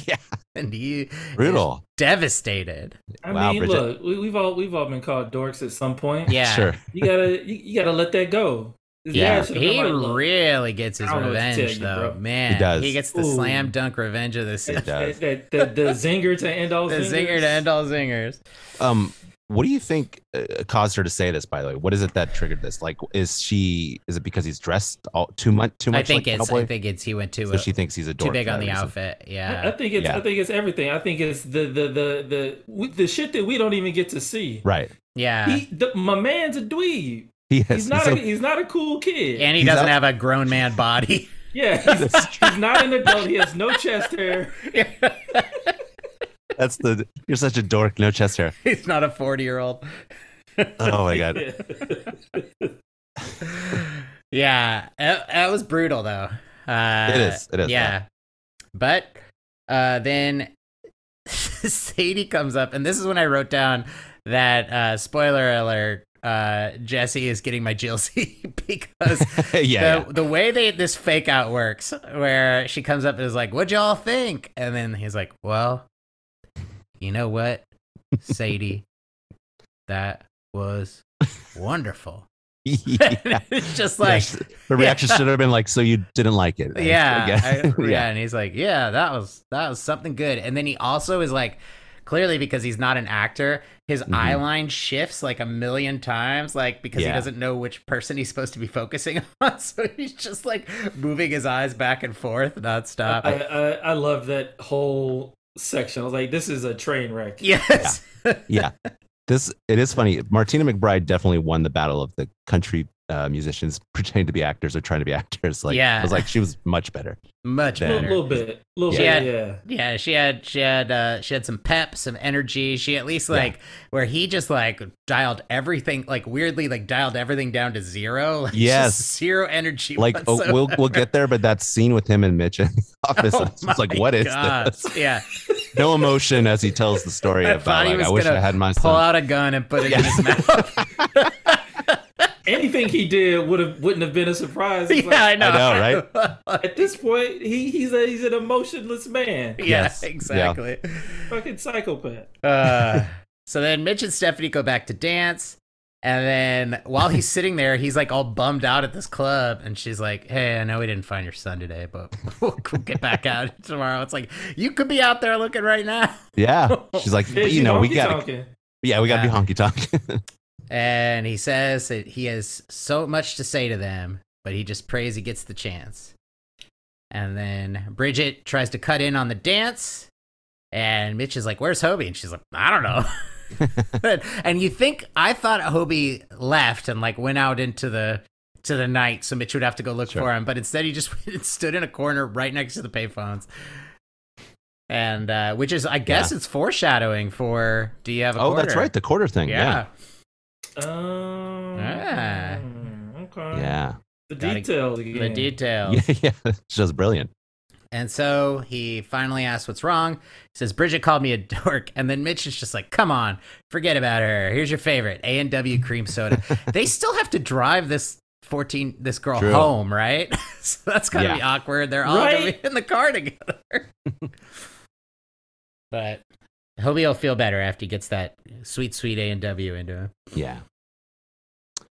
Yeah.
and he is
Brutal.
devastated.
I
Wow,
mean,
Bridget.
look, we, we've all we've all been called dorks at some point.
Yeah.
Sure.
You gotta you, you gotta let that go. His
Yeah.
dad should've
He
been like, look,
really gets his
I don't know what to
revenge,
tell you,
though.
bro.
Man,
He does.
gets the
Ooh.
slam dunk revenge of this.
He
the
that-
does.
that- that- the zinger to end all
zinger
zingers.
to end all zingers.
Um, what do you think uh, caused her to say this? By the way, what is it that triggered this? Like, is she? Is it because he's dressed all, too much? Too much?
I think
like
it's.
cowboy?
I think it's. He went too
so she thinks he's a dork
too big
for
on
that
the
reason.
outfit.
I I
Yeah.
think it's
Uh, Yeah.
I think it's everything. I think it's the the the the w- the shit that we don't even get to see.
Right.
Yeah.
He, the, my man's a dweeb.
He has.
He's not
so-
a, he's not a cool kid.
and he
he's
doesn't have
out-
a grown man body.
yeah, he's, he's not an adult. He has no chest hair.
that's the. You're such a dork. No chest hair.
He's not a forty-year-old.
Oh my god.
yeah, that, that was brutal though. Uh,
It is, it is,
Yeah, but uh, then Sadie comes up, and this is when I wrote down that uh, spoiler alert: uh, Jesse is getting my GLC because
yeah. yeah.
the, the way they this fake out works, where she comes up and is like, "What y'all think?" and then he's like, "Well, you know what, Sadie, that was wonderful."
yeah.
it's just
Yeah,
like,
sh- her reaction should have been like, "So you didn't like it?" I
yeah,
guess.
I- yeah,
yeah.
and he's like, yeah, that was that was something good. And then he also is like, clearly because he's not an actor, his
Mhm.
eye line shifts like a million times, like because he
Yeah.
doesn't know which person he's supposed to be focusing on, so he's just like moving his eyes back and forth
I,
Uh,
nonstop.
I I love that whole section. I was like, this is a train wreck.
yes,
This it is funny. Martina McBride definitely won the battle of the country uh, musicians pretending to be actors or trying to be actors. Like,
Yeah.
I was like, she was much better.
much
A
Then-
better.
little, little bit, little
Yeah.
bit, yeah.
Yeah, she had she had uh she had some pep, some energy. She at least
Yeah.
like where he just like dialed everything like weirdly like dialed everything down to zero. Like, just
Yes.
zero energy.
Like, oh, we'll we'll get there, but that scene with him and Mitch in the office,
Oh
it's just like,
my
what is
God.
this?
Yeah,
No emotion as he tells the story
I
about.
thought he
Like,
was
I wish I
gonna
had my
pull
son.
out a gun and put it in
Yeah.
his mouth.
Anything he did would have wouldn't have been a surprise. It's
yeah, I
like,
know.
I
right?
at this point, he he's a, he's an emotionless man,
yeah,
Yes. Yeah.
exactly.
fucking psychopath.
Uh, so then Mitch and Stephanie go back to dance. And then while he's sitting there, he's like all bummed out at this club. And she's like, Hey, I know we didn't find your son today, but we'll, we'll get back out tomorrow. It's like, you could be out there looking right now.
Yeah, she's like,
Yeah,
but, you
she's
know, we
honky
got, to
tonkin'.
yeah, we got to
Yeah.
be honky tonk.
And he says that he has so much to say to them, but he just prays he gets the chance. And then Bridget tries to cut in on the dance. And Mitch is like, Where's Hobie? And she's like, I don't know. and you think, I thought Hobie left and like went out into the. To the night, so Mitch would have to go look
Sure.
for him. But instead, he just stood in a corner right next to the payphones, and uh, which is, I guess, it's foreshadowing for. Do you have a
oh, that's
quarter?"
right, the quarter thing. Yeah,
yeah,
Um, hmm,
Yeah.
Okay.
yeah,
The
Gotta-
details again.
the details.
yeah, yeah. She was brilliant.
And so he finally asks what's wrong. He says, Bridget called me a dork. And then Mitch is just like, come on, forget about her. Here's your favorite A&W cream soda. they still have to drive this 14, this girl
True.
home, right? so that's got to be
Yeah.
awkward. They're all
Right?
gonna be in the car together. but Hobie will feel better after he gets that sweet, sweet A&W into him.
Yeah.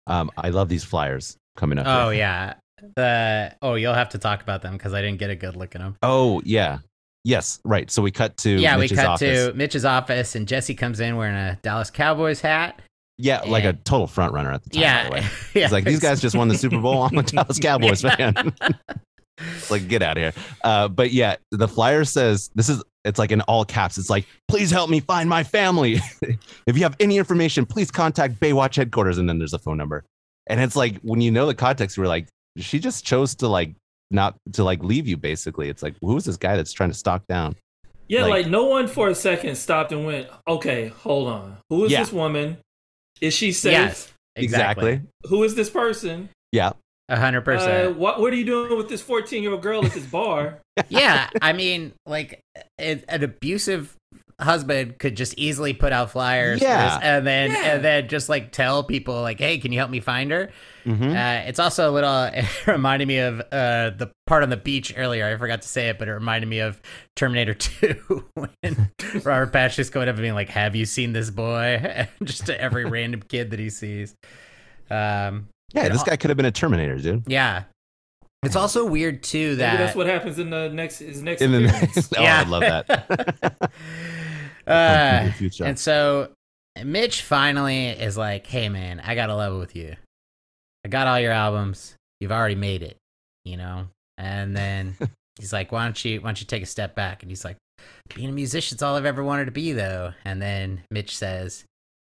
Um, I love these flyers coming up.
Oh,
here.
yeah. The, oh, you'll have to talk about them because I didn't get a good look at them.
Oh yeah. Yes, right. So we cut to
yeah,
Mitch's
we cut
office.
to Mitch's office, and Jesse comes in wearing a Dallas Cowboys hat.
yeah, like a
and-
total front runner at the time. by the way.
yeah, yeah.
It's like these guys just won the Super Bowl. I'm the Dallas Cowboys fan. It's like get out of here. Uh, but yeah, the flyer says this is. It's like in all caps. It's like, please help me find my family. if you have any information, please contact Baywatch headquarters. And then there's a phone number. And it's like when you know the context, we're like, she just chose to like not to like leave you. Basically, it's like who's this guy that's trying to stalk down?
Yeah,
Like-
like, no one for a second stopped and went, okay, hold on. Who is
Yeah.
this woman? Is she safe?
Yes, exactly,
Who is this person?
Yeah.
a hundred
Uh,
percent.
what What are you doing with this 14 year old girl at this bar?
Yeah, I mean, like it, an abusive husband could just easily put out flyers, for this
Yeah.
and then
Yeah.
and then just like tell people like, hey, can you help me find her?
Mhm.
Uh, it's also a little. It reminded me of uh, the part on the beach earlier. I forgot to say it, but it reminded me of Terminator Two when Robert Patch just going up and being like, "Have you seen this boy?" just to every random kid that he sees. Um,
Yeah,
and
this
al-
guy could have been a Terminator, dude.
yeah, it's also weird too
Maybe that's
that.
what happens in the next his next.
In the
appearance.
next, oh,
Yeah.
I love that. Come to
uh,
the future.
and so Mitch finally is like, "Hey, man, I got a level with you. I got all your albums. You've already made it, you know." And then he's like, "Why don't you why don't you take a step back?" And he's like, "Being a musician's all I've ever wanted to be, though." And then Mitch says,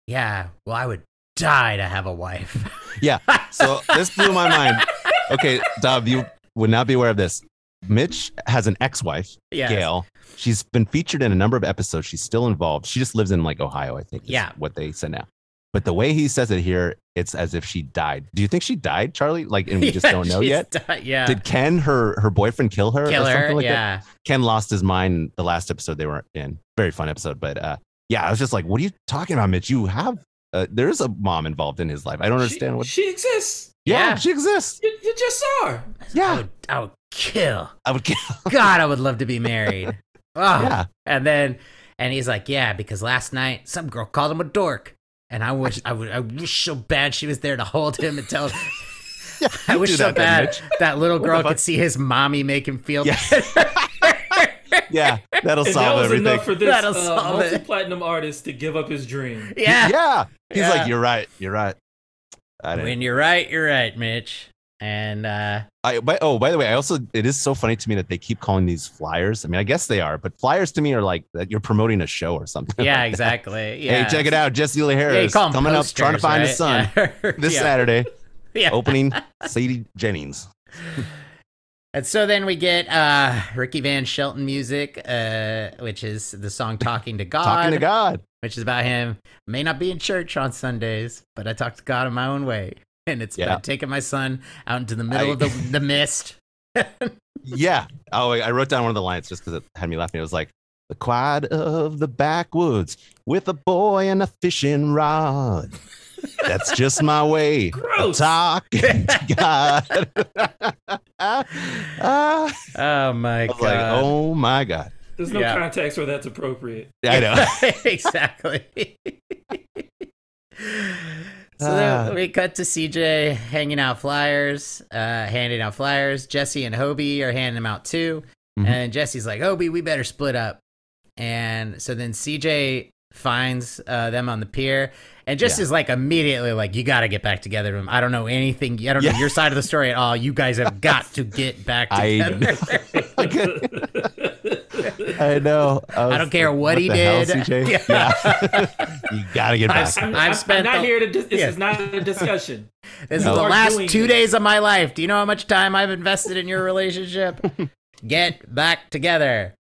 "Yeah, well, I would die to have a wife."
Yeah, So this blew my mind. Okay, Dov, you would not be aware of this. Mitch has an ex-wife,
yeah,
Gail. She's been featured in a number of episodes. She's still involved. She just lives in like Ohio, I think. is
Yeah.
What they said now. But the way he says it here, it's as if she died. Do you think she died, Charlie? Like, and we just
Yeah,
don't know
she's
yet.
di- yeah,
Did Ken, her her boyfriend, kill her? or
killer.
something like that?
yeah,
Ken lost his mind in the last episode they were in. Very fun episode, but uh, yeah, I was just like, what are you talking about, Mitch? You have uh, there is a mom involved in his life. I don't understand
she,
what.
she exists.
yeah,
Yeah.
she exists.
You, you just saw her.
I
Yeah,
would, I would kill.
I would. Kill.
God, I would love to be married. Oh,
Yeah,
And then, and he's like, "Yeah, because last night some girl called him a dork, and I wish, I would, I wish so bad she was there to hold him and tell. him.
yeah.
I
you
wish
do
so
that then,
bad that little
What the
girl
fuck?
could see his mommy make him feel
Yeah.
better.
Mitch. Yeah, that'll
And that
solve
was
everything.
enough for this
That'll
uh,
solve it.
multi-platinum artist to give up his dream.
yeah.
yeah. He's
Yeah.
like, you're right. You're right. I didn't.
When you're right, you're right, Mitch. And uh,
I, by, oh, by the way, I also it is so funny to me that they keep calling these flyers. I mean, I guess they are, but flyers to me are like that you're promoting a show or something.
yeah, exactly. Yeah.
Hey, check it out, Jesse Lee
Yeah, you
Harris
call 'em
coming up, trying to
posters,
find
right?
his son.
Yeah.
this Oh.
yeah.
Saturday,
Yeah.
opening Sadie Jennings.
And so then we get uh, Ricky Van Shelton music, uh, which is the song "Talking to God."
Talking to God.
which is about him. May not be in church on Sundays, but I talk to God in my own way. And it's
Yeah.
about taking my son out into the middle
I-
of the, the mist.
Yeah. Oh, I I wrote down one of the lines just because it had me laughing. It was like, the quiet of the backwoods with a boy and a fishing rod. That's just my way. of
Gross.
Talking to God. Ah,
Oh my
I was
god.
like, oh my God.
There's no
Yeah.
context where that's appropriate.
I know.
exactly. so
Ah.
then we cut to CJ hanging out flyers, uh, handing out flyers. Jesse and Hobie are handing them out too.
Mhm.
And Jesse's like, Hobie, we better split up. And so then CJ finds uh, them on the pier and just
Yeah.
is like immediately like, you got to get back together. to him. I don't know anything. I don't know
Yeah.
your side of the story at all. You guys have got to get back
I
together.
I know.
I
was
don't care
like,
what he
the hell,
did.
CJ?
Yeah.
Yeah. you got to get
I've
back.
seen-
I'm,
I've
I'm- I'm
spent
not
the-
here to. Dis- this
Yeah.
is not a discussion.
This
No.
is the
Are
last
doing
two
it.
days of my life. Do you know how much time I've invested in your relationship? Get back together.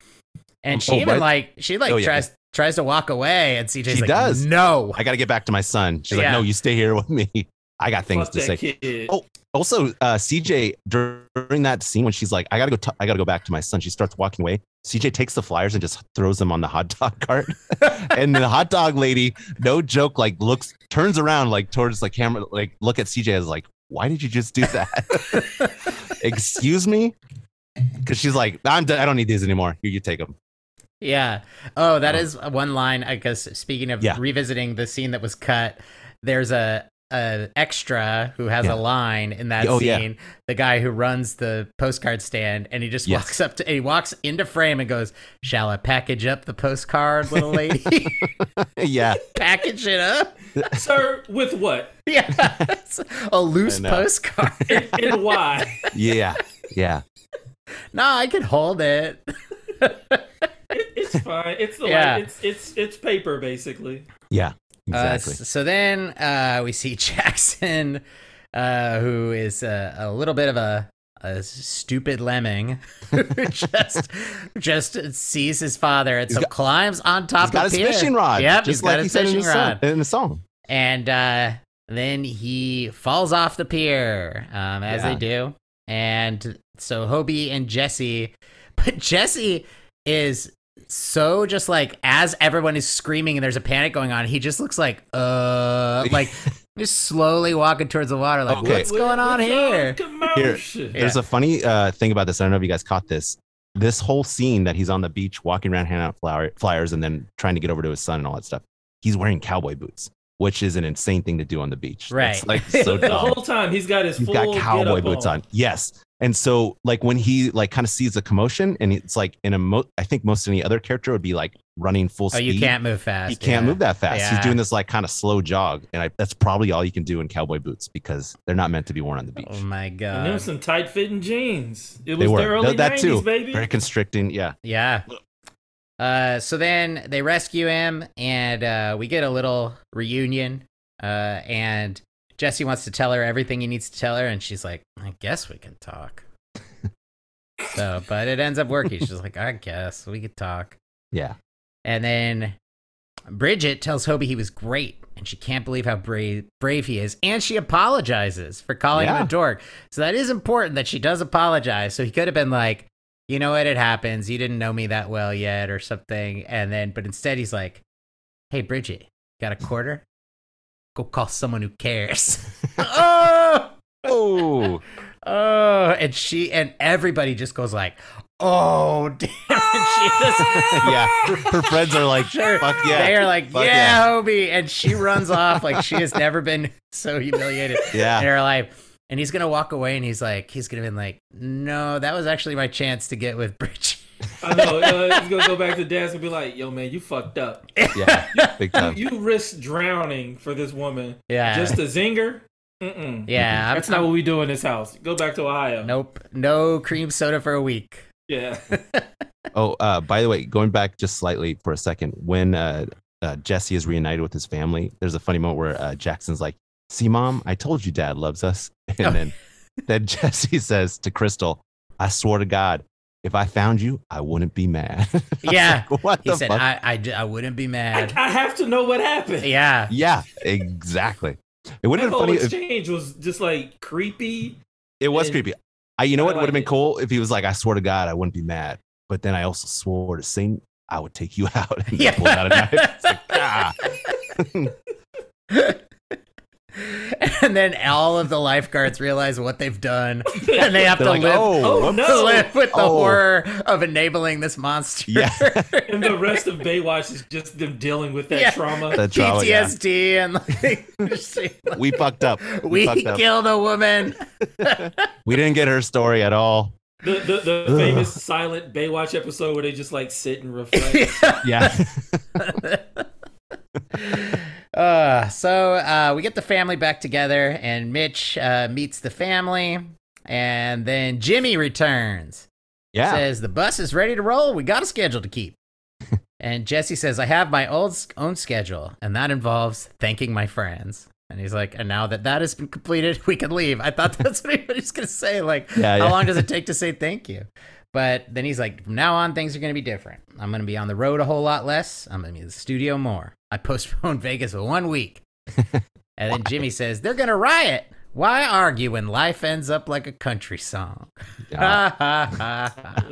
And she
Oh,
even
right.
like she like
Oh, yeah.
tries tries to walk away, and CJ's
She
like,
does.
"No,
I got to get back to my son. She's
Yeah.
like, no, you stay here with me. I got things
Fuck
to
that
say.
kid.
Oh, Also, uh, CJ dur- during that scene when she's like, I gotta go, t- I gotta go back to my son. She starts walking away. CJ takes the flyers and just throws them on the hot dog cart, and the hot dog lady, no joke, like looks, turns around like towards the camera, like look at CJ as like, why did you just do that? Excuse me, because she's like, I'm, done. I don't need these anymore. Here, you take them.
Yeah. Oh, that
Oh.
is one line. I guess speaking of
Yeah.
revisiting the scene that was cut, there's a a extra who has
Yeah.
a line in that
Oh, yeah.
scene, the guy who runs the postcard stand, and he just
Yes.
walks up to he walks into frame and goes, "Shall I package up the postcard, little lady?
yeah.
package it up?
Sir, with what?
Yeah, it's a loose
know.
postcard.
And, and why?
Yeah. Yeah.
nah, I can hold it. Uh,
It- it's fine. It's the
Yeah.
like, it's it's it's paper basically.
Yeah.
Uh,
Exactly.
s- so then uh, we see Jackson, uh, who is a, a little bit of a, a stupid lemming, who just just sees his father and
He's
so
got-
climbs on top
he's got
of
his
Peter.
fishing rod.
Yep,
just
he's
like
got
he
his
said in
fishing
the, song,
rod,
in the song.
and uh, then he falls off the pier, um, as
Yeah.
they do. And so Hobie and Jesse, but Jesse is so just like as everyone is screaming and there's a panic going on, he just looks like uh like just slowly walking towards the water, like
Okay.
what's going on
What's
here?
commotion?
Here.
There's a funny uh, thing about this. I don't know if you guys caught this. This whole scene that he's on the beach walking around handing out flower, flyers and then trying to get over to his son and all that stuff. He's wearing cowboy boots, which is an insane thing to do on the beach. It's
Right.
like so
the
dumb.
whole time he's got his
He's
full
got cowboy
getup
boots on. Yes. And so like when he like kind of sees the commotion and it's like in a mo I think most any other character would be like running full
Oh,
speed.
you can't move fast.
he can't
yeah.
move that fast.
Yeah.
He's doing this like kind of slow jog, and I, that's probably all you can do in cowboy boots because they're not meant to be worn on the beach.
Oh my
And them
god.
some tight fitting jeans.
They
It was the
were.
early
That- that too.
90s, baby.
Very constricting. Yeah,
Yeah. Uh, so then they rescue him, and uh, we get a little reunion. Uh, and Jesse wants to tell her everything he needs to tell her, and she's like, "I guess we can talk." so, but it ends up working. She's like, "I guess we could talk."
yeah,
And then Bridget tells Hobie he was great, and she can't believe how brave brave he is, and she apologizes for calling him
Yeah.
a dork. So that is important that she does apologize. So he could have been like, you know what, it happens. You didn't know me that well yet, or something. And then, but instead, he's like, "Hey, Bridget, got a quarter? Go call someone who cares." oh,
Oh,
oh, and she and everybody just goes like, "Oh, damn!" And she just
yeah. Her, her friends are like,
Sure.
fuck yeah,
They are like, yeah,
Fuck yeah."
Hobie. And she runs off like she has never been so humiliated in
yeah,
her life. And he's going to walk away and he's like, he's going to be like, no, that was actually my chance to get with Bridget.
I know. Uh, he's gonna go back to dad's and be like, "Yo, man, you fucked up.
yeah, big time.
You risked drowning for this woman.
Yeah.
Just a zinger. Mm-mm.
Mm-hmm.
yeah. I'm-
That's not what we do in this house. Go back to Ohio.
Nope. No cream soda for a week.
Yeah.
Oh, uh, by the way, going back just slightly for a second, when uh, uh, Jesse is reunited with his family, there's a funny moment where uh, Jackson's like, "See, mom, I told you, Dad loves us," and
Oh.
then then Jesse says to Crystal, "I swear to God." If I found you, I wouldn't be mad. I was
Yeah.
like, what
He
the
said, "Ah."
fuck?
I, I, j- I wouldn't be
I,
mad.
I have to know what happened.
Yeah.
yeah, exactly. It would
That
have been
whole
funny. If,
exchange was just like creepy.
It was
It-
creepy. I, you know
I
what? It would have
like
been
it.
cool if he was like, I swear to God, I wouldn't be mad. But then I also swore to Satan, I would take you out. And he
Yeah.
pulled out a knife. It's like, ah.
And then all of the lifeguards realize what they've done and they have
They're
to
like,
live.
oh,
Oh,
whoops."
no.
to live with the
Oh.
horror of enabling this monster.
Yeah.
And the rest of Baywatch is just them dealing with that
Yeah.
trauma.
That's right. yeah.
PTSD and like, just like,
We fucked up. We,
we
fucked up.
killed a woman.
We didn't get her story at all.
The the, the
Ugh.
famous silent Baywatch episode where they just like sit and reflect.
Yeah.
Uh, so uh, we get the family back together, and Mitch uh, meets the family, and then Jimmy returns.
Yeah.
Says the bus is ready to roll. We got a schedule to keep. and Jesse says, "I have my old own schedule, and that involves thanking my friends." And he's like, "And now that that has been completed, we can leave." I thought that's what he was gonna say. Like,
Yeah,
how
yeah.
long does it take to say thank you? But then he's like, from now on, things are going to be different. I'm going to be on the road a whole lot less. I'm going to be in the studio more. I postponed Vegas for one week. and then Jimmy says, they're going to riot. Why argue when life ends up like a country song?
Yeah.
Ha ha ha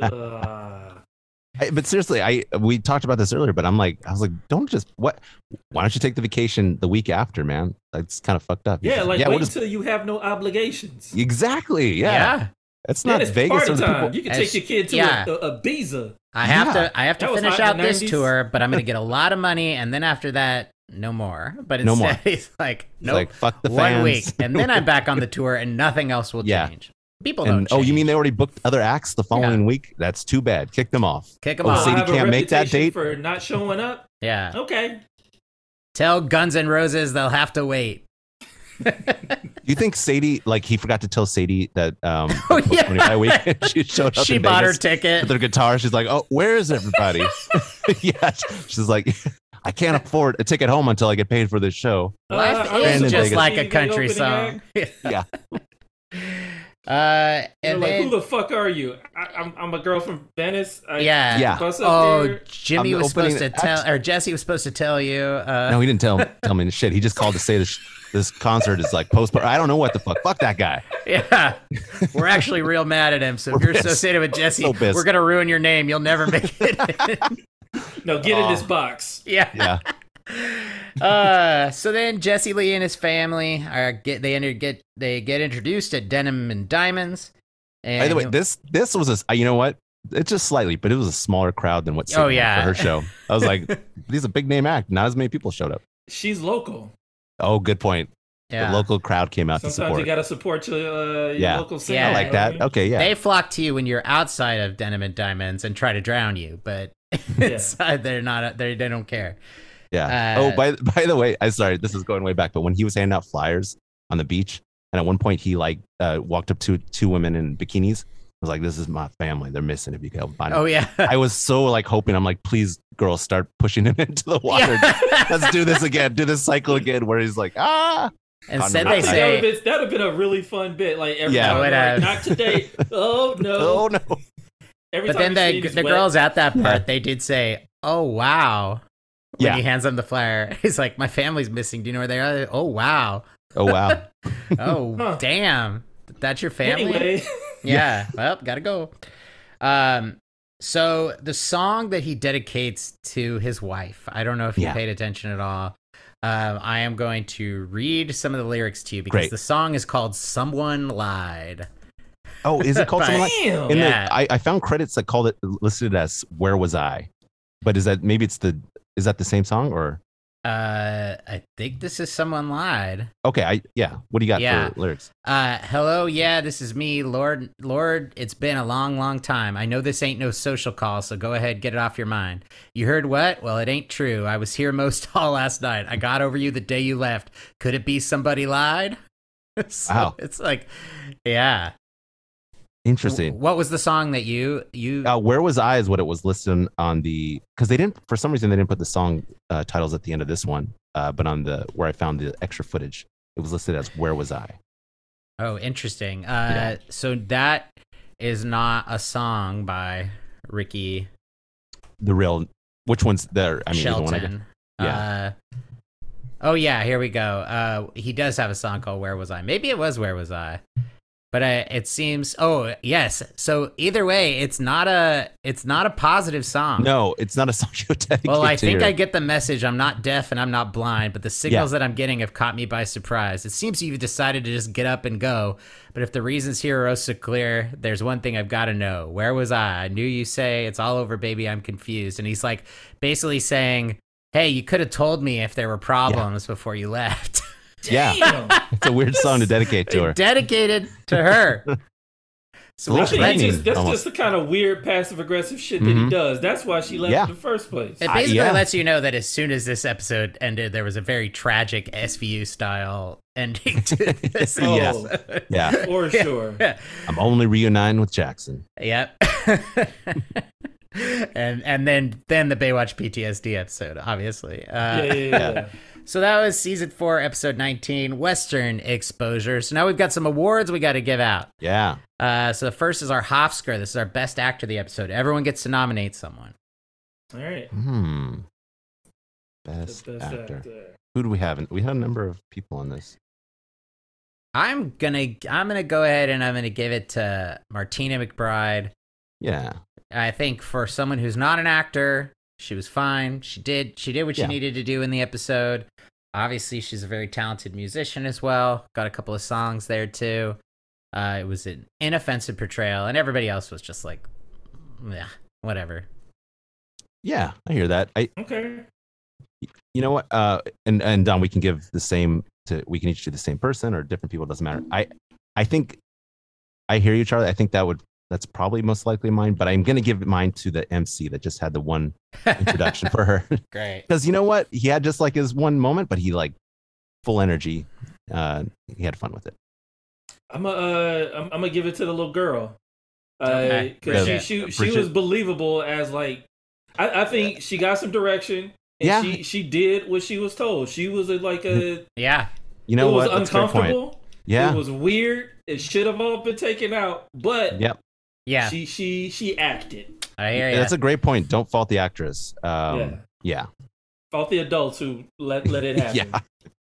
ha.
Uh,
I- but seriously, I we talked about this earlier, but I'm like, I was like, don't just what? Why don't you take the vacation the week after, man? It's kind of fucked up. He's
yeah, like
yeah,
wait
we'll just-
till you have no obligations.
exactly. Yeah. It's
Then
not
it's
Vegas.
party
or the people- Oh,
time. You can
And
take your kid to
yeah.
a, a, Ibiza.
I have
Yeah.
to I have to
That was
finish
hot
out
in the
this
90s.
tour, but I'm going to get a lot of money and then after that no more. But instead,
No more.
he's like,
It's
nope,
Like fuck the
one
fans.
week, and then I'm back on the tour, and nothing else will
Yeah.
change. People don't.
And, oh, you mean they already booked other acts the
Yeah.
following week? That's too bad. Kick them off.
kick them
Oh,
off?
Sadie
have a
can't make that
reputation
date?
for not showing up.
yeah,
Okay,
tell Guns N' Roses they'll have to wait.
Do you think Sadie, like, he forgot to tell Sadie that um,
Oh,
that
yeah.
25 week she showed up
she
in
bought
Vegas
her ticket.
with her guitar? She's like, oh, where is everybody? yeah, she's like, I can't afford a ticket home until I get paid for this show.
Life
Uh, I
is
was
just
Vegas.
like
See
a
the
country
opening
song.
Yeah.
Uh,
They're
and
like,
then,
who the fuck are you? I, I'm, I'm a girl from Venice. I
yeah.
Yeah.
Bus up
Oh,
there.
Jimmy
I'm
was supposed to
opening
tell, or Jesse was supposed to tell you. Uh,
No, he didn't tell tell me shit. He just called to say this this concert is like postponed. I don't know what the fuck. Fuck that guy.
Yeah. We're actually real mad at him. So if
We're
you're
pissed.
associated with Jesse,
so pissed.
we're going to ruin your name. You'll never make it.
No, get
Oh.
in this box.
yeah.
Yeah,
Uh, so then Jesse Lee and his family are get they enter, get they get introduced at Denim and Diamonds. And
By the way, this this was a s- you know what? It's just slightly, but it was a smaller crowd than what. Sadie
Oh,
had
yeah.
for her show. I was like, this is a big name act. Not as many people showed up.
She's local.
Oh, good point.
yeah.
The local crowd came out to
Sometimes
support.
you gotta support your, uh, your
Yeah.
local singer.
Yeah.
I like that. Okay, yeah.
They flock to you when you're outside of Denim and Diamonds and try to drown you, but inside they're not uh, they they don't care.
Yeah.
Uh,
oh, by by the way, I sorry, this is going way back, but when he was handing out flyers on the beach, and at one point he like uh, walked up to two women in bikinis. I was like, "This is my family. They're missing. If you can help find them."
Oh yeah.
I was so like hoping. I'm like, "Please, girls, start pushing him into the water. Let's do this again. Do this cycle again." Where he's like, "Ah,
Instead they
I think
that would have
say uh,
been, that'd have been a really fun bit. Like every
Yeah.
time,
Would
like,
have.
not today. Oh no!
oh no."
Every
But
time
then
you
the
see it,
the
it's wet.
girls at that part,
Yeah.
they did say, "Oh wow." When
Yeah.
he hands them the flyer, he's like, "My family's missing. Do you know where they are?" Oh wow.
Oh wow.
Oh
Huh.
damn. That's your family.
Anyway,
Yeah. Well, gotta go. Um. So the song that he dedicates to his wife, I don't know if you
Yeah.
paid attention at all. Um, I am going to read some of the lyrics to you because
Great.
the song is called "Someone Lied."
Oh, is it called
Bye.
something like?
damn.
In
Yeah.
the, I, I found credits that called it listed as "Where Was I," but is that maybe it's the is that the same song or
Uh, I think this is "Someone Lied."
okay? I yeah. What do you got
Yeah.
for lyrics?
Uh, hello, yeah, this is me, Lord. Lord, it's been a long, long time. I know this ain't no social call, so go ahead, get it off your mind. You heard what? Well, it ain't true. I was here most all last night. I got over you the day you left. Could it be somebody lied? So
Wow.
it's like, yeah.
Interesting.
W- What was the song that you you?
uh, where was I is what it was listed on, on the because they didn't for some reason they didn't put the song uh, titles at the end of this one, uh, but on the where I found the extra footage, it was listed as where was I.
Oh, interesting. Uh, so that is not a song by Ricky
The real which one's there? I mean, either one, I guess.
Shelton. Uh, oh yeah, here we go. Uh, he does have a song called "Where Was I." Maybe it was "Where Was I," but I, it seems. Oh yes. So either way, it's not a it's not a positive song.
no, it's not a song you dedicate
Well, I
to
think
your-
I get the message. I'm not deaf and I'm not blind, but the signals that I'm getting have caught me by surprise. It seems you've decided to just get up and go. But if the reasons here are oh so clear, there's one thing I've got to know. Where was I? I knew you say it's all over, baby. I'm confused. And he's like basically saying, Hey, you could have told me if there were problems before you left.
Yeah.
Damn.
it's a weird song to dedicate to her.
Dedicated to her. So
Well,
which
I think
threatening,
led
he just, that's
almost.
just the kind of weird passive aggressive shit that he
Mhm.
does. That's why she left
Yeah.
in the first place.
It
I-
basically
yeah.
lets you know that as soon as this episode ended, there was a very tragic SVU style ending to this.
Oh.
episode.
Yeah,
For
Yeah.
sure.
I'm only reuniting with Jackson.
Yep. and and then then the Baywatch PTSD episode, obviously. Uh,
Yeah, yeah, yeah. yeah.
So that was season four, episode nineteen, Western Exposure. So now we've got some awards we got to give out.
Yeah,
Uh, so the first is our Hofstra. This is our best actor of the episode. Everyone gets to nominate someone.
All right.
hmm.
That's
Best,
best
actor.
actor.
Who do we have? in- We had a number of people on this.
I'm gonna I'm gonna go ahead and I'm gonna give it to Martina McBride.
Yeah,
I think for someone who's not an actor, she was fine. She did she did what she
Yeah.
needed to do in the episode. Obviously, she's a very talented musician as well. Got a couple of songs there too. Uh, it was an inoffensive portrayal, and everybody else was just like, yeah, whatever.
yeah, I hear that. I
Okay.
you know what? Uh, and and Don, we can give the same to we can each do the same person or different people. Doesn't matter. I I think I hear you, Charlie. I think that would that's probably most likely mine. But I'm gonna give mine to the MC that just had the one introduction for her
Great.
because you know what? He had just like his one moment, but he like full energy. Uh, he had fun with it.
I'm gonna uh, I'm, I'm gonna give it to the little girl,
Okay.
because
Yeah.
she she she
Bridget.
was believable as like, I, I think she got some direction. And
Yeah.
she she did what she was told. She was a, like a
Yeah.
You know
it was
what? That's a good point.
uncomfortable.
Yeah.
It was weird. It should have all been taken out, but
Yep.
Yeah.
she she she acted.
I hear you.
That's a great point. Don't fault the actress.
yeah,
Um, yeah.
fault the adults who let let it
Yeah.
happen.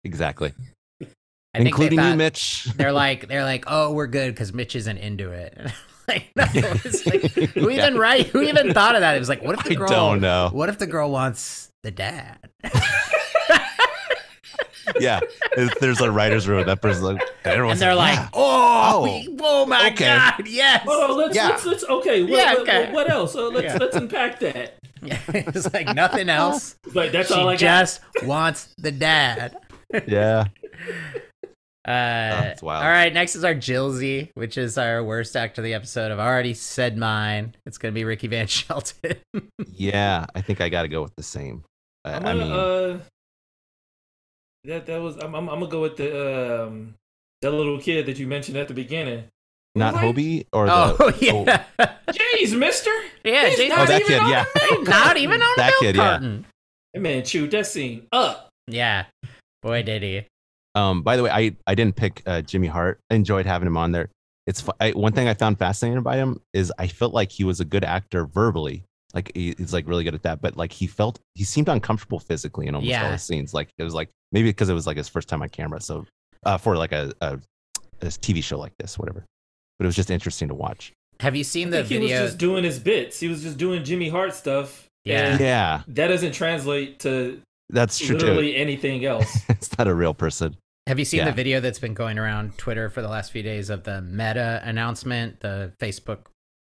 Exactly.
I think they
Including you,
thought-
Mitch.
They're like, they're like, oh, we're good because Mitch isn't into it. like, no, it's like, who
Yeah.
even right? Who even thought of that? It was like, what if the
I
girl?
don't know.
What if the girl wants the dad?
yeah. If there's a writer's room, that person's like, everyone's
and they're like, oh,
Oh.
we- oh my
Okay.
god, yes.
Hold on, let's
Yeah.
let's, let's okay. What,
Yeah,
what-
okay.
What, else? Uh, let's
Yeah.
let's unpack that.
it's like nothing else.
Like that's all I
she
got.
just wants the dad.
Oh. yeah.
Uh,
that's wild.
All right, next is our Jilzy, which is our worst act of the episode. I've already said mine. It's gonna be Ricky Van Shelton.
Yeah. I think I got to go with the same. I, I
I'm gonna,
mean,
uh, that that was. I'm, I'm, I'm gonna go with the um that little kid that you mentioned at the beginning.
not
what?
Hobie or the.
oh yeah,
Jeez, Mister.
yeah.
He's
Jay-
not
Oh, that
even
kid.
on
Yeah.
Hey, not even on
That
a milk
kid, yeah.
carton.
That Man, chewed that scene up.
Yeah. Boy, did he.
Um, by the way, I, I didn't pick uh, Jimmy Hart. I enjoyed having him on there. It's fu- I, one thing I found fascinating about him is I felt like he was a good actor verbally. Like he, he's like really good at that, but like he felt he seemed uncomfortable physically in almost
Yeah.
all his scenes. Like it was like maybe because it was like his first time on camera, so uh, for like a, a a TV show like this, whatever. But it was just interesting to watch.
Have you seen
I
the
think he was
video?
just doing his bits. He was just doing Jimmy Hart stuff.
Yeah.
and
Yeah,
That doesn't translate to
that's true too.
literally anything else.
it's not a real person.
Have you seen the
Yeah.
video that's been going around Twitter for the last few days of the Meta announcement, the Facebook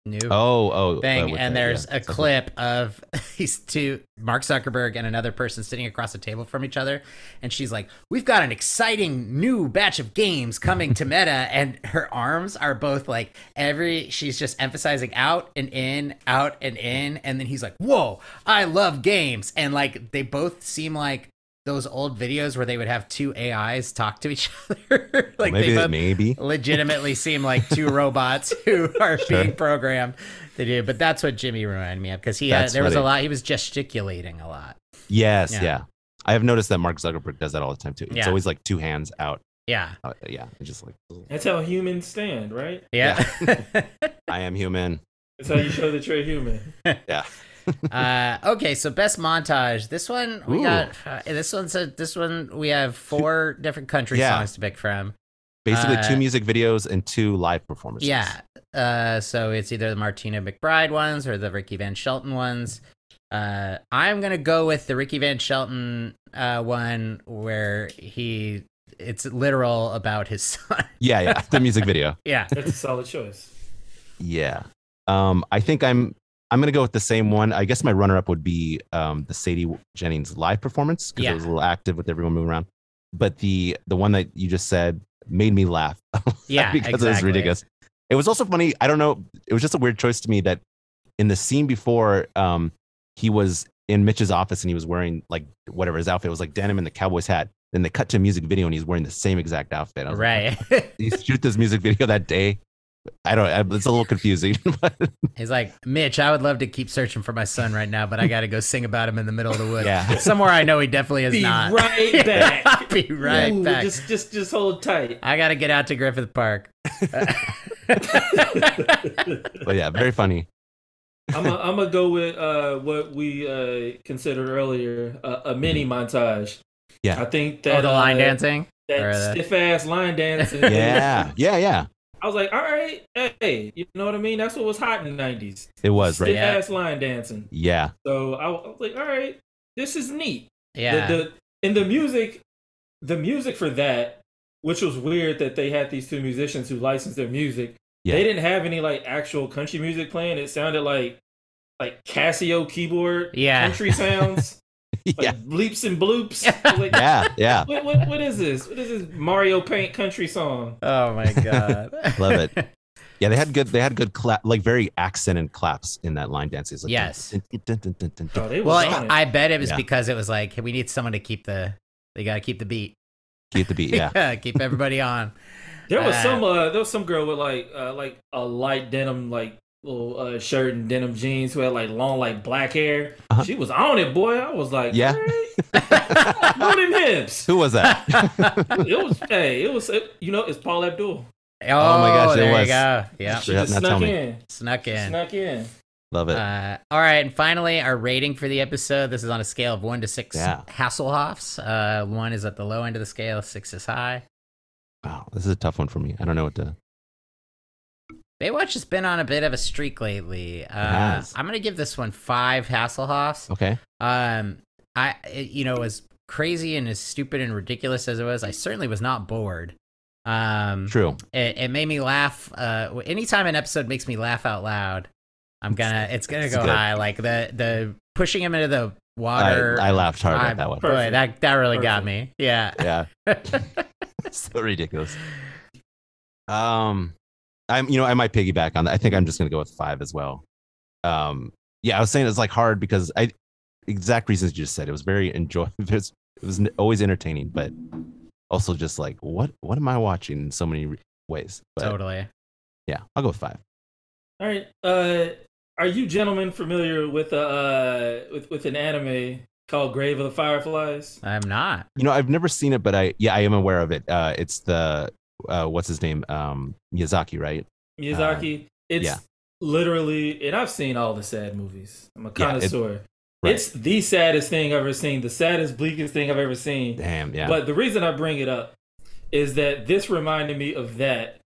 new
Oh, oh, uh,
thing?
with
and
that, yeah,
there's a
something.
clip of these two, Mark Zuckerberg and another person sitting across the table from each other. And she's like, We've got an exciting new batch of games coming to Meta. And her arms are both like every, she's just emphasizing out and in, out and in. And then he's like, Whoa, I love games. And like, they both seem like, those old videos where they would have two AIs talk to each other. like
maybe
they both
maybe
legitimately seem like two robots who are
Sure.
being programmed to do. But that's what Jimmy reminded me of because he had,
That's
there was a
funny.
lot. He was gesticulating a lot.
Yes,
Yeah.
yeah. I have noticed that Mark Zuckerberg does that all the time too. It's
Yeah.
always like two hands out.
Yeah,
Uh, yeah, it's just like
That's how humans stand, right?
yeah.
I am human.
That's how you show that you're a human.
Yeah.
uh, okay, so best montage. This one we
Ooh.
got. Uh, this one's a, this one we have four different country
Yeah.
songs to pick from.
Basically,
Uh,
two music videos and two live performances.
Yeah. Uh, so it's either the Martina McBride ones or the Ricky Van Shelton ones. Uh, I'm gonna go with the Ricky Van Shelton uh, one where he it's literal about his son.
yeah, yeah. The music video.
yeah.
That's a solid choice.
Yeah. Um, I think I'm I'm gonna go with the same one. I guess my runner-up would be um the Sadie Jennings live performance because
Yeah.
it was a little active with everyone moving around. But the the one that you just said made me laugh
Yeah.
because
exactly.
it was ridiculous. It was also funny. I don't know. It was just a weird choice to me that in the scene before, um, he was in Mitch's office and he was wearing like whatever his outfit was like denim and the cowboy's hat. Then they cut to a music video and he's wearing the same exact outfit. I was like,
Right.
"Did he shoot this music video that day. I don't. I, it's a little confusing. but
He's like, Mitch, I would love to keep searching for my son right now, but I got to go sing about him in the middle of the woods.
yeah,
Somewhere I know he definitely is
Be
not.
right back.
Be right
Ooh,
back.
Just, just, just hold tight.
I got to get out to Griffith Park.
but yeah, very funny.
I'm gonna go with uh, what we uh, considered earlier uh, a mini montage.
Mm-hmm. Yeah.
I think that
oh, the line
uh,
dancing? or the-
that stiff ass line dance. and-
Yeah, yeah, yeah.
I was like, all right, hey, you know what I mean? That's what was hot in the '90s.
It was
Stiff
right.
Yeah.
ass line dancing.
Yeah,
So I was like, all right, this is neat.
Yeah.
The, the and the music, the music for that, which was weird that they had these two musicians who licensed their music.
Yeah.
They didn't have any like actual country music playing. It sounded like like Casio keyboard
yeah.
country sounds. like
yeah,
bleeps and bloops. I was like,
yeah, yeah.
What, what what is this? What is this Mario Paint country song?
Oh my god.
Love it. Yeah, they had good. They had good clap, like very accent and claps in that line dance. It's Like,
Yes.
dun, dun, dun, dun, dun, dun, dun.
Oh, they was
well,
on it.
I, I bet it was
Yeah.
because it was like we need someone to keep the they got to keep the beat.
Keep the beat. Yeah,
keep everybody on.
There was
Uh,
some uh, there was some girl with like uh, like a light denim like little uh, shirt and denim jeans who had like long like black hair.
Uh-huh.
She was on it, boy. I was like,
Yeah.
"Alright, move them hips.
who was that?
oh,
It was hey, it was it, you know it's Paul Abdul.
Oh my gosh, it
Oh, there
was.
you go. Yeah,
she
Yeah,
just
now tell
snuck
me.
in,
snuck
She
in.
snuck in.
Love it.
Uh, all right, and finally, our rating for the episode. This is on a scale of one to six
Yeah.
Hasselhoffs. Uh, one is at the low end of the scale, six is high.
wow, this is a tough one for me. I don't know what to.
Baywatch has been on a bit of a streak lately. Uh,
has.
I'm gonna give this one five Hasselhoffs.
Okay.
Um, I it- you know as crazy and as stupid and ridiculous as it was, I certainly was not bored. Um,
True.
it, it made me laugh. Uh, anytime an episode makes me laugh out loud, I'm gonna it's gonna
It's
go
good.
high. Like the the pushing him into the
I,
water.
I laughed hard
I-
at that one.
boy,
Perfect.
that that really got
Perfect.
me. Yeah.
Yeah. so ridiculous. Um, I'm you know I might piggyback on that. I think I'm just gonna go with five as well. Um, yeah, I was saying it's like hard because I exact reasons you just said. It was very enjoyable. It was, it was always entertaining, but also just like what what am I watching in so many re- ways? But
Totally.
yeah, I'll go with five.
All right. Uh, are you gentlemen familiar with uh with with an anime called Grave of the Fireflies?
I'm not.
You know I've never seen it, but I yeah I am aware of it. Uh, it's the uh, what's his name um Miyazaki, right?
Miyazaki. it's
Uh, yeah.
literally, and I've seen all the sad movies. I'm a
Yeah, it-
connoisseur.
right.
It's the saddest thing I've ever seen, the saddest, bleakest thing I've ever seen.
Damn, yeah,
But the reason I bring it up is that this reminded me of that,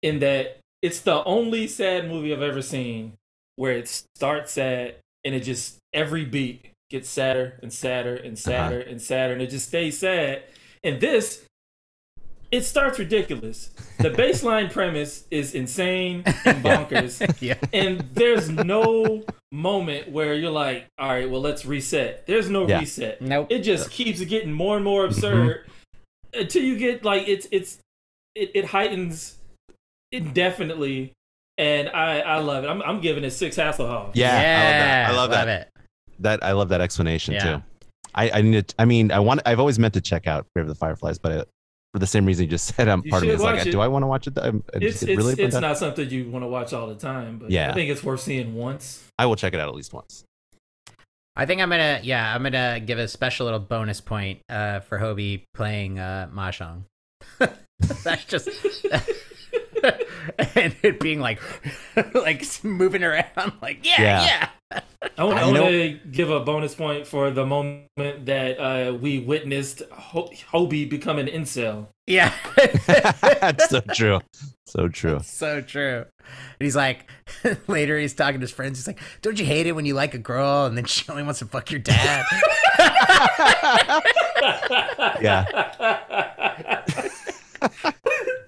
in that it's the only sad movie I've ever seen where it starts sad and it just every beat gets sadder and sadder
Uh-huh.
and sadder and sadder and it just stays sad. And this, it starts ridiculous. The baseline premise is insane and bonkers
yeah.
and there's no moment where you're like, all right, well, let's reset. There's no
Yeah.
reset.
Nope.
It just keeps getting more and more absurd
Mm-hmm.
until you get like it's it's it, it heightens indefinitely, and I I love it. I'm I'm giving it six Hasselhoff.
yeah, I love
Yeah,
that. I love that.
it.
that I love that explanation
Yeah.
too. I I need to, I mean I want I've always meant to check out Grave of the Fireflies, but I, for the same reason you just said, I'm
You
part of me
should
is like,
watch it.
do I want to watch it? I'm, I
It's
just
it's,
really
it's
put that-
not something you want to watch all the time, but
Yeah.
I think it's worth seeing once.
I will check it out at least once.
I think I'm gonna yeah I'm gonna give a special little bonus point uh, for Hobie playing uh, mahjong. That's just and it being like like moving around like yeah
Yeah.
yeah,
I want,
You know-
to give a bonus point for the moment that uh, we witnessed Ho- Hobie become an incel.
yeah.
That's so true, so true.
so true. And he's like later he's talking to his friends. He's like, "Don't you hate it when you like a girl and then she only wants to fuck your dad?"
yeah.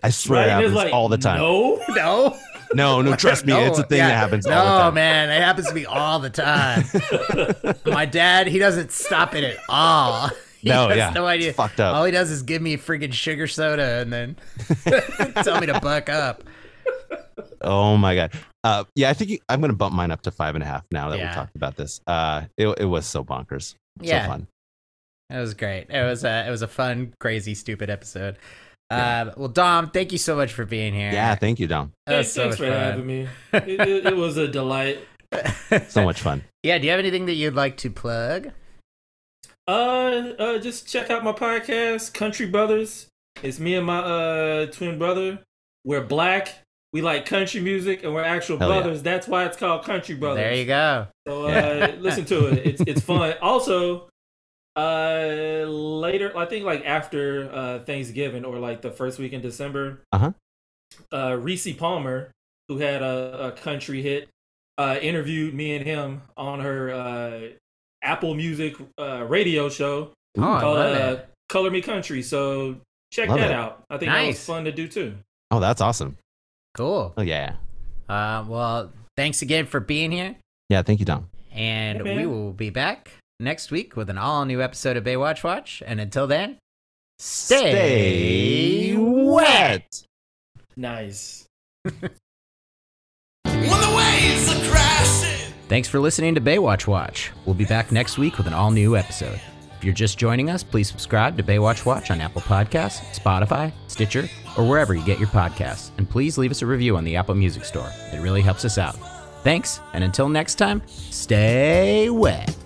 I swear it happens all the time. No,
No.
no,
no, trust me,
No,
it's a thing
yeah.
that happens
No,
all the time.
man, it happens to me all the time. My dad, he doesn't stop it at all. He
No,
has
yeah,
no idea.
It's fucked up.
All he does is give me freaking sugar soda and then tell me to buck up.
Oh my god. Uh, yeah, I think you, I'm gonna bump mine up to five and a half now that we
Yeah.
talked about this. Uh, it it was so bonkers,
Yeah,
so fun.
it was great. It was a it was a fun, crazy, stupid episode. Uh, well, Dom, thank you so much for being here.
Yeah, thank you, Dom.
that
Thanks,
was so
thanks
much
for
fun.
having me. It, it- it was a delight.
So much fun.
yeah, do you have anything that you'd like to plug?
Uh, uh, just check out my podcast, Country Brothers. It's me and my uh twin brother. We're black. We like country music, and we're actual
Hell yeah.
brothers. That's why it's called Country Brothers.
There you go.
So uh,
Yeah.
listen to it. It's it's fun. Also, uh, later I think like after uh, Thanksgiving or like the first week in December,
Uh-huh.
uh, Reese Palmer, who had a, a country hit, uh, interviewed me and him on her uh, Apple Music uh, radio show
Oh, I
called
love
uh,
it.
Color Me Country. So check
Love
that
it.
out. I think that was
Nice.
fun to do too.
Oh, that's awesome.
Cool.
Oh yeah,
Uh, well, thanks again for being here,
yeah. Thank you, Dom.
and
Hey, man.
we will be back next week with an all new episode of Baywatch Watch. And until then,
Stay wet.
Nice.
When the waves are crashing.
Thanks for listening to Baywatch Watch. We'll be back next week with an all new episode. If you're just joining us, please subscribe to Baywatch Watch on Apple Podcasts, Spotify, Stitcher, or wherever you get your podcasts. And please leave us a review on the Apple Music Store. It really helps us out. Thanks, and until next time, stay wet.